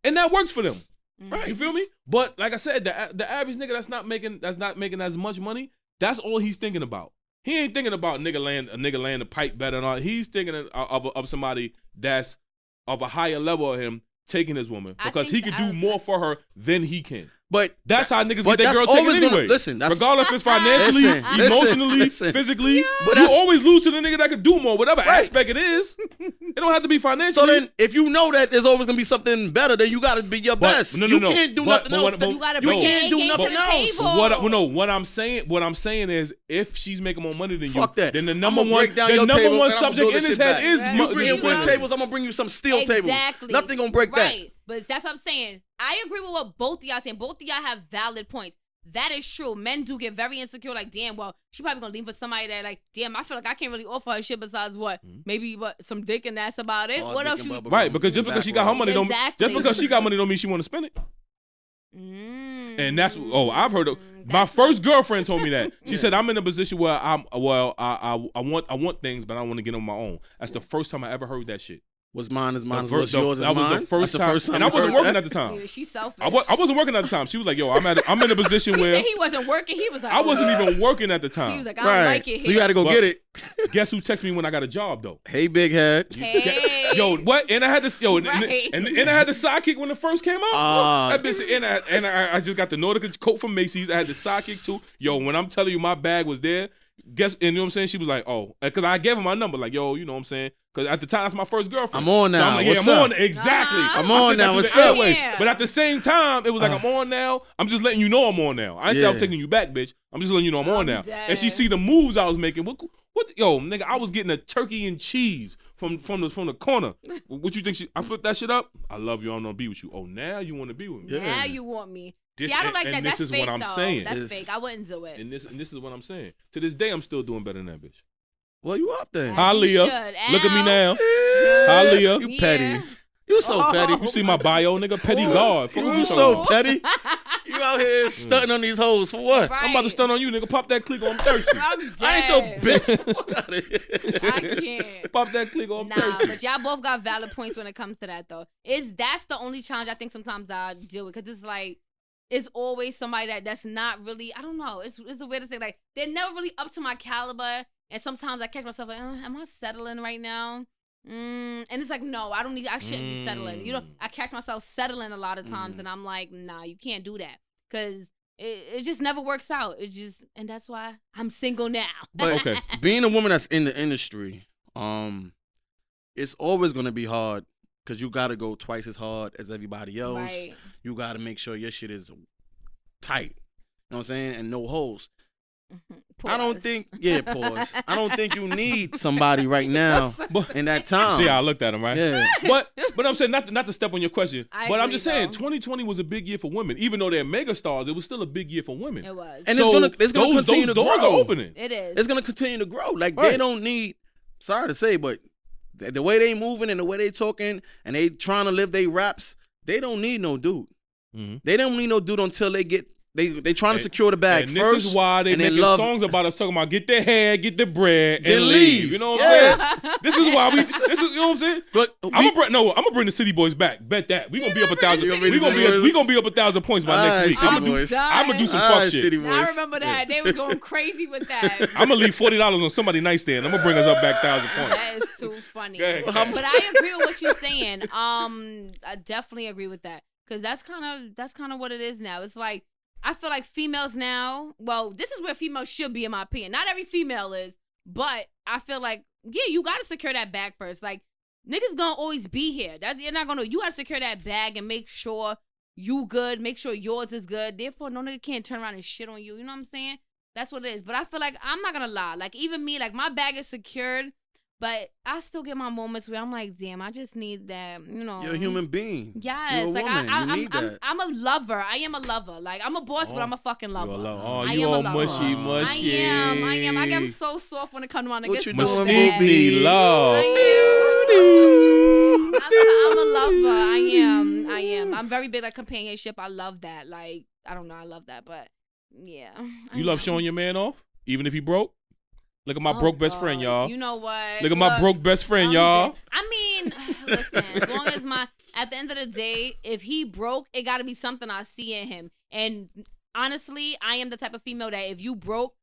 [SPEAKER 3] and that works for them.
[SPEAKER 4] Mm-hmm.
[SPEAKER 3] You feel me? But like I said, the a- the average nigga that's not making that's not making as much money, that's all he's thinking about. He ain't thinking about nigga land a nigga land the pipe better and all. He's thinking of of, of somebody that's of a higher level of him taking his woman
[SPEAKER 4] I
[SPEAKER 3] because he
[SPEAKER 4] think
[SPEAKER 3] could
[SPEAKER 4] that-
[SPEAKER 3] do more for her than he can.
[SPEAKER 2] But
[SPEAKER 3] That's how niggas
[SPEAKER 2] But
[SPEAKER 3] get their
[SPEAKER 2] that's
[SPEAKER 3] girl taken
[SPEAKER 2] always
[SPEAKER 3] anyway.
[SPEAKER 2] gonna- listen, that's-
[SPEAKER 3] regardless if it's financially,
[SPEAKER 2] Listen, listen,
[SPEAKER 3] emotionally,
[SPEAKER 2] listen.
[SPEAKER 3] physically,
[SPEAKER 2] But
[SPEAKER 3] you
[SPEAKER 2] that's-
[SPEAKER 3] always lose to the nigga that could do more, whatever
[SPEAKER 2] Right.
[SPEAKER 3] aspect it is. it don't have to be financially.
[SPEAKER 2] So then, if you know that there's always gonna be something better, then you gotta be your
[SPEAKER 3] But-
[SPEAKER 2] best.
[SPEAKER 3] no, no,
[SPEAKER 2] you
[SPEAKER 3] no.
[SPEAKER 2] can't do
[SPEAKER 3] But-
[SPEAKER 2] nothing
[SPEAKER 3] but
[SPEAKER 2] else.
[SPEAKER 3] what-
[SPEAKER 2] But,
[SPEAKER 4] You gotta
[SPEAKER 3] Yo,
[SPEAKER 4] bring
[SPEAKER 3] you
[SPEAKER 2] can't
[SPEAKER 4] A
[SPEAKER 2] do
[SPEAKER 4] game to
[SPEAKER 2] nothing
[SPEAKER 4] the
[SPEAKER 2] else.
[SPEAKER 4] table.
[SPEAKER 3] What I, well, no, what I'm saying, what I'm saying is, if she's making more money than
[SPEAKER 2] fuck
[SPEAKER 3] you,
[SPEAKER 2] that.
[SPEAKER 3] then the
[SPEAKER 2] I'ma
[SPEAKER 3] number one,
[SPEAKER 2] break down
[SPEAKER 3] the
[SPEAKER 2] your
[SPEAKER 3] number
[SPEAKER 2] table
[SPEAKER 3] one
[SPEAKER 2] and I'ma
[SPEAKER 3] subject
[SPEAKER 2] build
[SPEAKER 3] in
[SPEAKER 2] this
[SPEAKER 3] his
[SPEAKER 2] shit
[SPEAKER 3] head
[SPEAKER 2] back.
[SPEAKER 3] is
[SPEAKER 4] Right.
[SPEAKER 3] mo-
[SPEAKER 4] You
[SPEAKER 2] bring in
[SPEAKER 4] You
[SPEAKER 2] wood
[SPEAKER 4] know.
[SPEAKER 2] tables. I'm gonna bring you some steel
[SPEAKER 4] Exactly.
[SPEAKER 2] tables. Nothing gonna break
[SPEAKER 4] Right. But that's what I'm saying. I agree with what both of y'all saying. Both of y'all have valid points. That is true. Men do get very insecure. Like, damn, well, she probably gonna leave for somebody that, like, damn, I feel like I can't really offer her shit besides what,
[SPEAKER 2] Mm-hmm.
[SPEAKER 4] maybe what some dick and that's about it.
[SPEAKER 2] that.
[SPEAKER 4] what else? You...
[SPEAKER 3] right because just because she got her money, don't
[SPEAKER 4] Exactly.
[SPEAKER 3] just because she got money don't mean she want to spend it.
[SPEAKER 4] Mm.
[SPEAKER 3] And that's oh, I've heard of my
[SPEAKER 4] That's-
[SPEAKER 3] first girlfriend told me that she said I'm in a position where I'm well, I I, I want I want things, but I want to get on my own. That's the first time I ever heard that shit.
[SPEAKER 2] What's mine is
[SPEAKER 3] The
[SPEAKER 2] mine.
[SPEAKER 3] fir-
[SPEAKER 2] What's
[SPEAKER 3] the-
[SPEAKER 2] yours is
[SPEAKER 3] that was
[SPEAKER 2] mine.
[SPEAKER 3] the first
[SPEAKER 2] That's
[SPEAKER 3] time,
[SPEAKER 2] the first time.
[SPEAKER 3] and I
[SPEAKER 2] you
[SPEAKER 3] wasn't
[SPEAKER 2] heard
[SPEAKER 3] working
[SPEAKER 2] that.
[SPEAKER 3] at the time.
[SPEAKER 4] Yeah, She's selfish.
[SPEAKER 3] I was I wasn't working at the time. She was like, "Yo, I'm at a, I'm in a position
[SPEAKER 4] he
[SPEAKER 3] where
[SPEAKER 4] said he wasn't working. He was like,
[SPEAKER 3] I wasn't even working at the
[SPEAKER 4] He
[SPEAKER 3] time."
[SPEAKER 4] was like, I don't
[SPEAKER 2] Right.
[SPEAKER 4] like it.
[SPEAKER 2] so you had to go
[SPEAKER 3] But-
[SPEAKER 2] get it.
[SPEAKER 3] Guess who texted me when I got a job though?
[SPEAKER 2] Hey, big head.
[SPEAKER 4] Hey,
[SPEAKER 3] Yo, what? And I had this. Yo, and, and-
[SPEAKER 4] Right.
[SPEAKER 3] and, and I had the sidekick when it first came out.
[SPEAKER 2] Ah.
[SPEAKER 3] that bitch, and I and I, I just got the Nordica coat from Macy's. I had the sidekick too. Yo, when I'm telling you, my bag was there. Guess, and you know what I'm saying? She was like, oh, because I gave her my number. Like, yo, you know what I'm saying? Because at the time, that's my first girlfriend.
[SPEAKER 2] I'm on
[SPEAKER 3] So
[SPEAKER 2] now.
[SPEAKER 3] I'm like,
[SPEAKER 2] What's
[SPEAKER 3] yeah, I'm
[SPEAKER 2] up?
[SPEAKER 3] on exactly.
[SPEAKER 4] Uh-huh.
[SPEAKER 2] I'm
[SPEAKER 3] I
[SPEAKER 2] on
[SPEAKER 3] said that
[SPEAKER 2] now.
[SPEAKER 3] through
[SPEAKER 2] What's
[SPEAKER 3] the
[SPEAKER 2] up? Uh.
[SPEAKER 3] airwaves.
[SPEAKER 4] Yeah.
[SPEAKER 3] But at the same time, it was like, I'm on now. I'm just letting you know I'm on now. I ain't say I'm
[SPEAKER 2] Yeah.
[SPEAKER 3] taking you back, bitch. I'm just letting you know I'm, on
[SPEAKER 4] I'm
[SPEAKER 3] now.
[SPEAKER 4] dead.
[SPEAKER 3] And she see the moves I was making. What, what, yo, nigga, I was getting a turkey and cheese from from the from the corner. what you think? She, I flipped that shit up. I love you. I'm gonna be with you. Oh, now you want to be with me?
[SPEAKER 4] Now you want me.
[SPEAKER 3] This-
[SPEAKER 4] See, I don't
[SPEAKER 3] and-
[SPEAKER 4] like
[SPEAKER 3] and
[SPEAKER 4] that.
[SPEAKER 3] this
[SPEAKER 4] That's
[SPEAKER 3] is
[SPEAKER 4] fake,
[SPEAKER 3] what I'm
[SPEAKER 4] though.
[SPEAKER 3] saying.
[SPEAKER 4] That's
[SPEAKER 2] This-
[SPEAKER 4] fake. I wouldn't do it.
[SPEAKER 3] And this and this is what I'm saying. To this day, I'm still doing better than that bitch.
[SPEAKER 2] Well, you up then?
[SPEAKER 4] As you
[SPEAKER 3] Aaliyah,
[SPEAKER 4] should.
[SPEAKER 3] look at me
[SPEAKER 4] Ow.
[SPEAKER 3] now.
[SPEAKER 2] Yeah.
[SPEAKER 3] Aaliyah.
[SPEAKER 2] You
[SPEAKER 4] Yeah.
[SPEAKER 2] petty. You so
[SPEAKER 4] Oh.
[SPEAKER 2] petty.
[SPEAKER 3] You see my bio, nigga? Petty God. Fuck what
[SPEAKER 2] You
[SPEAKER 3] you talking
[SPEAKER 2] so
[SPEAKER 3] about?
[SPEAKER 2] petty. You out here stunting on these hoes for what?
[SPEAKER 4] Right.
[SPEAKER 3] I'm about to stun on you, nigga. Pop that click on thirsty.
[SPEAKER 4] I'm
[SPEAKER 2] I ain't your
[SPEAKER 4] dead.
[SPEAKER 2] bitch. Fuck outta here.
[SPEAKER 4] I can't.
[SPEAKER 3] Pop that click on
[SPEAKER 4] Nah,
[SPEAKER 3] thirsty.
[SPEAKER 4] but y'all both got valid points when it comes to that though. Is that's the only challenge I think sometimes I deal with because it's like it's always somebody that that's not really I don't know. It's it's a way to say like they're never really up to my caliber, and sometimes I catch myself like, uh, am I settling right now? Mm, and it's like no, I don't need. I shouldn't be settling. You know,
[SPEAKER 3] Mm.
[SPEAKER 4] I catch myself settling a lot of times,
[SPEAKER 2] Mm.
[SPEAKER 4] and I'm like, nah, you can't do that because it, it just never works out. It just and that's why I'm single now.
[SPEAKER 2] But
[SPEAKER 3] Okay.
[SPEAKER 2] being a woman that's in the industry, um, it's always gonna be hard because you gotta go twice as hard as everybody else.
[SPEAKER 4] right.
[SPEAKER 2] You gotta make sure your shit is tight. You know what I'm saying? And no holes. I don't
[SPEAKER 4] Pause.
[SPEAKER 2] think yeah, pause. I don't think you need somebody right now in that time.
[SPEAKER 3] See how I looked at him, right?
[SPEAKER 2] yeah.
[SPEAKER 3] But but I'm saying not to, not to step on your question.
[SPEAKER 4] I
[SPEAKER 3] but I'm
[SPEAKER 4] agree,
[SPEAKER 3] just saying
[SPEAKER 4] though.
[SPEAKER 3] 2020 was a big year for women. Even though they're mega stars, it was still a big year for women.
[SPEAKER 4] It was.
[SPEAKER 2] And it's gonna- it's gonna
[SPEAKER 3] those,
[SPEAKER 2] continue
[SPEAKER 3] those
[SPEAKER 2] to
[SPEAKER 3] doors
[SPEAKER 2] grow.
[SPEAKER 3] are opening.
[SPEAKER 4] it is.
[SPEAKER 2] it's gonna continue to grow. Like they
[SPEAKER 3] Right.
[SPEAKER 2] don't need. Sorry to say, but the, the way they moving and the way they talking and they trying to live their raps, they don't need no dude.
[SPEAKER 3] Mhm.
[SPEAKER 2] They don't need no dude until they get they they trying
[SPEAKER 3] And-
[SPEAKER 2] to secure the bag
[SPEAKER 3] and
[SPEAKER 2] first.
[SPEAKER 3] this is why they
[SPEAKER 2] and
[SPEAKER 3] making songs about us talking about get their hair, get their bread,
[SPEAKER 2] Then
[SPEAKER 3] and leave.
[SPEAKER 2] leave.
[SPEAKER 3] You know what
[SPEAKER 2] Yeah.
[SPEAKER 3] I'm saying? this is why we. This is you know what I'm saying.
[SPEAKER 2] But
[SPEAKER 3] I'm
[SPEAKER 2] we-
[SPEAKER 3] gonna bring no. I'm gonna bring the City Boys back. Bet that we gonna be up a thousand.
[SPEAKER 2] You
[SPEAKER 3] We gonna
[SPEAKER 2] gonna bring
[SPEAKER 3] be
[SPEAKER 2] the City Boys?
[SPEAKER 3] we gonna be up a thousand points by
[SPEAKER 2] Alright,
[SPEAKER 3] next week.
[SPEAKER 2] City
[SPEAKER 3] I'm gonna do.
[SPEAKER 2] Boys.
[SPEAKER 3] I'm gonna do some
[SPEAKER 2] Alright,
[SPEAKER 3] fuck shit.
[SPEAKER 2] City
[SPEAKER 4] Uh, I
[SPEAKER 2] Boys.
[SPEAKER 4] remember that. They was going crazy with that.
[SPEAKER 3] I'm gonna leave forty dollars on somebody nightstand. I'm gonna bring us up back thousand points.
[SPEAKER 4] that is too funny.
[SPEAKER 3] Go ahead, go ahead.
[SPEAKER 4] But I agree with what you're saying. Um, I definitely agree with that because that's kind of that's kind of what it is now. It's like I feel like females now. Well, this is where females should be, in my opinion. Not every female is, but I feel like yeah, you gotta secure that bag first. Like niggas gonna always be here. That's you're not gonna. You gotta secure that bag and make sure you good. Make sure yours is good. Therefore, no nigga can't turn around and shit on you. You know what I'm saying? That's what it is. But I feel like I'm not gonna lie. Like even me, like my bag is secured, but I still get my moments where I'm like, damn, I just need that. You know,
[SPEAKER 2] You're a human being.
[SPEAKER 4] Yes,
[SPEAKER 2] You're a
[SPEAKER 4] like
[SPEAKER 2] woman.
[SPEAKER 4] I, I,
[SPEAKER 2] you
[SPEAKER 4] I'm,
[SPEAKER 2] need
[SPEAKER 4] I'm,
[SPEAKER 2] that.
[SPEAKER 4] I'm a lover. I am a lover. Like I'm a boss, but I'm a fucking
[SPEAKER 3] Oh, You
[SPEAKER 4] lover.
[SPEAKER 3] alone.
[SPEAKER 4] I
[SPEAKER 3] Oh, you
[SPEAKER 4] am a
[SPEAKER 3] all
[SPEAKER 4] lover.
[SPEAKER 3] mushy,
[SPEAKER 4] I
[SPEAKER 3] mushy.
[SPEAKER 4] am. I am. I am so soft when it comes to my niggas.
[SPEAKER 2] What you
[SPEAKER 4] so
[SPEAKER 2] doing,
[SPEAKER 4] bad.
[SPEAKER 2] baby?
[SPEAKER 3] Musty love.
[SPEAKER 4] I'm, a- I'm a lover. I am. I am. I'm very big at companionship. I love that. Like I don't know. I love that, but yeah. I
[SPEAKER 3] You love
[SPEAKER 4] am.
[SPEAKER 3] showing your man off, even if he broke. Look at my
[SPEAKER 4] Oh,
[SPEAKER 3] broke best
[SPEAKER 4] God.
[SPEAKER 3] friend, y'all.
[SPEAKER 4] You know what?
[SPEAKER 3] Look at my broke best friend, y'all.
[SPEAKER 4] I mean, listen, as long as my at the end of the day, if he broke, it gotta be something I see in him. And honestly, I am the type of female that if you broke,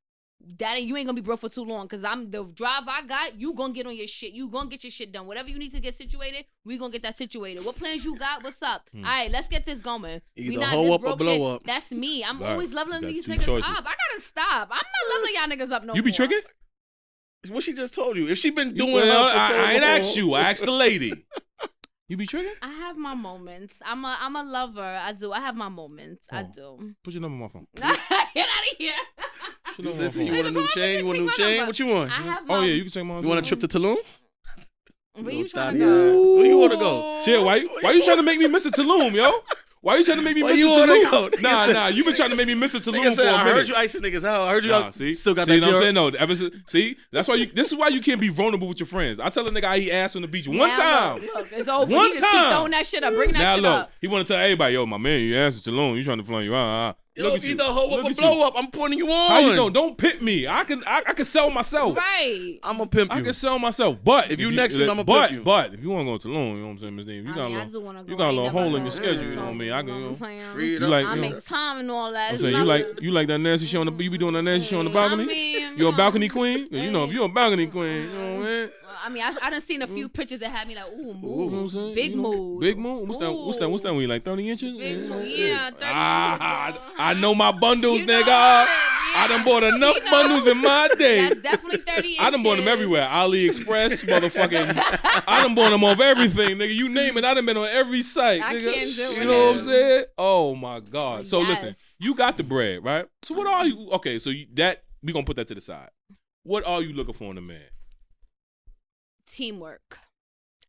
[SPEAKER 4] that you ain't gonna be broke for too long. Cause I'm the drive I got, you gonna get on your shit. You gonna get your shit done. Whatever you need to get situated, we gonna get that situated. What plans you got? What's up?
[SPEAKER 3] Hmm.
[SPEAKER 4] All right, let's get this going. We
[SPEAKER 2] Either
[SPEAKER 4] not
[SPEAKER 2] hoe
[SPEAKER 4] this
[SPEAKER 2] up or
[SPEAKER 4] broke
[SPEAKER 2] blow
[SPEAKER 4] shit.
[SPEAKER 2] up.
[SPEAKER 4] That's me. I'm
[SPEAKER 3] Right.
[SPEAKER 4] always leveling
[SPEAKER 3] You got
[SPEAKER 4] these
[SPEAKER 3] two
[SPEAKER 4] niggas
[SPEAKER 3] choices.
[SPEAKER 4] up. I gotta stop. I'm not leveling y'all niggas up no more.
[SPEAKER 3] You be tricking?
[SPEAKER 2] What she just told you. If she been doing
[SPEAKER 3] Well,
[SPEAKER 2] her for
[SPEAKER 3] I,
[SPEAKER 2] so
[SPEAKER 3] I ain't
[SPEAKER 2] long-
[SPEAKER 3] asked you. I asked the lady. You be tricking?
[SPEAKER 4] I have my moments. I'm a I'm a lover. I do. I have my moments. I
[SPEAKER 3] Oh.
[SPEAKER 4] do.
[SPEAKER 3] Put your number on my phone. Put
[SPEAKER 4] Get out of here.
[SPEAKER 3] your number
[SPEAKER 2] You
[SPEAKER 3] on my
[SPEAKER 2] said, see, you
[SPEAKER 3] phone.
[SPEAKER 2] want a new
[SPEAKER 4] Why would
[SPEAKER 2] chain?
[SPEAKER 4] you
[SPEAKER 2] You want a new
[SPEAKER 4] take my
[SPEAKER 2] chain?
[SPEAKER 4] number?
[SPEAKER 2] What you want?
[SPEAKER 4] I have. My,
[SPEAKER 3] Oh yeah, you can take my.
[SPEAKER 2] You want a trip to Tulum?
[SPEAKER 4] Where you
[SPEAKER 2] Little
[SPEAKER 4] trying
[SPEAKER 2] thotty
[SPEAKER 4] to go?
[SPEAKER 2] ass. Where you wanna go?
[SPEAKER 3] Chill. Why you? Why you trying to make me Mr. Tulum, yo? Why you trying to make me
[SPEAKER 2] Why
[SPEAKER 3] Mr.
[SPEAKER 2] you wanna go?
[SPEAKER 3] Tulum?
[SPEAKER 2] Nigga
[SPEAKER 3] Nah,
[SPEAKER 2] said-
[SPEAKER 3] nah. You been trying to make me Mr.
[SPEAKER 2] Nigga
[SPEAKER 3] Tulum for
[SPEAKER 2] said,
[SPEAKER 3] a
[SPEAKER 2] I heard
[SPEAKER 3] minute.
[SPEAKER 2] you icing niggas out. I heard you
[SPEAKER 3] Nah,
[SPEAKER 2] out-
[SPEAKER 3] see,
[SPEAKER 2] still got
[SPEAKER 3] see
[SPEAKER 2] that
[SPEAKER 3] what I'm
[SPEAKER 2] deal.
[SPEAKER 3] saying? No, ever since, see, that's why you. This is why you can't be vulnerable with your friends. I tell a nigga I eat ass on the beach one
[SPEAKER 4] Now
[SPEAKER 3] time.
[SPEAKER 4] Look, look, it's over.
[SPEAKER 3] One
[SPEAKER 4] One time. Keep
[SPEAKER 3] time.
[SPEAKER 4] throwing that shit up. Bringing that
[SPEAKER 3] now
[SPEAKER 4] shit
[SPEAKER 3] look,
[SPEAKER 4] up.
[SPEAKER 3] he want to tell everybody, yo, my man, you ass is alone. You trying to flaunt you out?
[SPEAKER 2] Yo,
[SPEAKER 3] Look at you.
[SPEAKER 2] either hoe up
[SPEAKER 3] Look
[SPEAKER 2] or
[SPEAKER 3] at
[SPEAKER 2] blow
[SPEAKER 3] you.
[SPEAKER 2] up. I'm putting you on.
[SPEAKER 3] How you know? Don't pit me. I can, I, I can sell myself.
[SPEAKER 4] Right.
[SPEAKER 2] I'm gonna pimp
[SPEAKER 3] I
[SPEAKER 2] you.
[SPEAKER 3] can sell myself, but
[SPEAKER 2] If you next to me, I'ma
[SPEAKER 3] but,
[SPEAKER 2] put you.
[SPEAKER 3] But if you want to go to Tulum, you know what I'm saying, Miss Dave, you
[SPEAKER 4] I
[SPEAKER 3] got
[SPEAKER 4] mean,
[SPEAKER 3] a
[SPEAKER 4] I just
[SPEAKER 3] little,
[SPEAKER 4] wanna go.
[SPEAKER 3] you got a little
[SPEAKER 4] Ain't never
[SPEAKER 3] hole in
[SPEAKER 4] know.
[SPEAKER 3] your schedule. You
[SPEAKER 4] So,
[SPEAKER 3] know what I mean? I
[SPEAKER 4] you
[SPEAKER 3] can,
[SPEAKER 4] know
[SPEAKER 3] you
[SPEAKER 4] what
[SPEAKER 3] know,
[SPEAKER 4] I'm saying?
[SPEAKER 2] Free it
[SPEAKER 3] You
[SPEAKER 2] up.
[SPEAKER 3] like-
[SPEAKER 4] I
[SPEAKER 3] you know.
[SPEAKER 4] make time and all that.
[SPEAKER 3] I'm
[SPEAKER 4] It's
[SPEAKER 3] saying you like,
[SPEAKER 4] nothing.
[SPEAKER 3] you like that nasty shit on the,
[SPEAKER 4] Mm,
[SPEAKER 3] you be doing that nasty shit on the balcony.
[SPEAKER 4] I mean,
[SPEAKER 3] you a
[SPEAKER 4] no.
[SPEAKER 3] balcony queen? You know, if you a balcony queen, you know what I mean?
[SPEAKER 4] I mean, I, I done seen a few pictures that had me like, ooh,
[SPEAKER 3] Ooh, you know what I'm
[SPEAKER 4] move,
[SPEAKER 3] saying?
[SPEAKER 4] big
[SPEAKER 3] You know,
[SPEAKER 4] move,
[SPEAKER 3] Big move. What's that? What's that? What's that?
[SPEAKER 4] Ooh.
[SPEAKER 3] We like thirty inches?
[SPEAKER 4] Big move. Yeah, 30
[SPEAKER 3] Ah,
[SPEAKER 4] inches,
[SPEAKER 3] I, I know my bundles,
[SPEAKER 4] You know
[SPEAKER 3] nigga.
[SPEAKER 4] it,
[SPEAKER 3] I done
[SPEAKER 4] yeah.
[SPEAKER 3] bought enough
[SPEAKER 4] You know.
[SPEAKER 3] bundles in my day.
[SPEAKER 4] That's definitely thirty inches.
[SPEAKER 3] I done bought them everywhere. AliExpress, motherfucking. I done bought them off everything, nigga. You name it. I done been on every site,
[SPEAKER 4] I
[SPEAKER 3] nigga.
[SPEAKER 4] can't do
[SPEAKER 3] you
[SPEAKER 4] it.
[SPEAKER 3] know what I'm saying? Oh my god. So listen,
[SPEAKER 4] Yes.
[SPEAKER 3] you got the bread, right? So what are you? Okay, so you, that we gonna put that to the side. What are you looking for in a man?
[SPEAKER 4] Teamwork.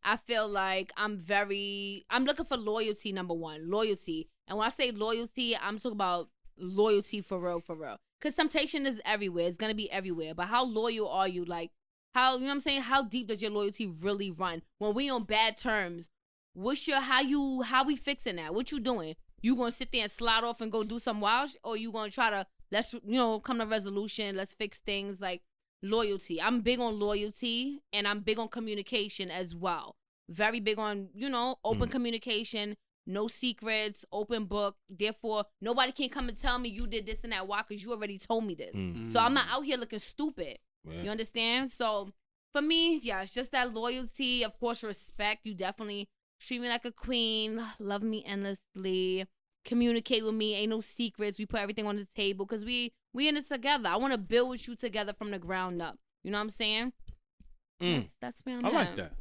[SPEAKER 4] I feel like I'm very. I'm looking for loyalty. Number one, loyalty. And when I say loyalty, I'm talking about loyalty for real, for real. Cause temptation is everywhere. It's gonna be everywhere. But how loyal are you? Like how you know what I'm saying? How deep does your loyalty really run? When we on bad terms, what's your how you how we fixing that? What you doing? You gonna sit there and slide off and go do some wild, sh- or you gonna try to let's you know come to resolution, let's fix things like loyalty. I'm big on loyalty and I'm big on communication as well. Very big on you know open communication, no secrets, open book. Therefore, nobody can come and tell me you did this and that. Why? Because you already told me this. So I'm not out here looking stupid.
[SPEAKER 3] Yeah.
[SPEAKER 4] You understand? So for me, yeah, it's just that loyalty, of course, respect. You definitely treat me like a queen, love me endlessly, communicate with me. Ain't no secrets. We put everything on the table because we we in this together. I want to build with you together from the ground up. You know what I'm saying?
[SPEAKER 3] Mm.
[SPEAKER 4] That's, that's where I'm
[SPEAKER 3] I like
[SPEAKER 4] at.
[SPEAKER 3] that.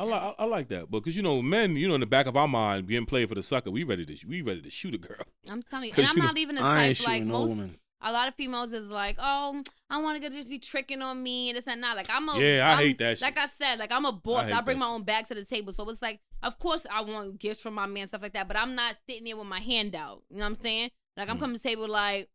[SPEAKER 3] I like I, I like that because you know men you know in the back of our mind getting played for the sucker we ready to we ready to shoot a girl
[SPEAKER 4] I'm telling you,
[SPEAKER 3] 'Cause
[SPEAKER 4] and I'm
[SPEAKER 3] you know,
[SPEAKER 4] not even the
[SPEAKER 2] I ain't
[SPEAKER 4] type like
[SPEAKER 2] shooting no
[SPEAKER 4] most.
[SPEAKER 2] woman.
[SPEAKER 4] A lot of females is like, oh, I want to just be tricking on me and this and that. Like I'm a
[SPEAKER 3] Yeah, I
[SPEAKER 4] I'm-
[SPEAKER 3] hate that
[SPEAKER 4] Like
[SPEAKER 3] shit.
[SPEAKER 4] I said, like I'm a boss.
[SPEAKER 3] hate
[SPEAKER 4] I, bring
[SPEAKER 3] that
[SPEAKER 4] my own bag to the table, so it's like, of course I want gifts from my man stuff like that. But I'm not sitting there with my hand out. You know what I'm saying? Like I'm
[SPEAKER 3] Mm.
[SPEAKER 4] coming to the table like,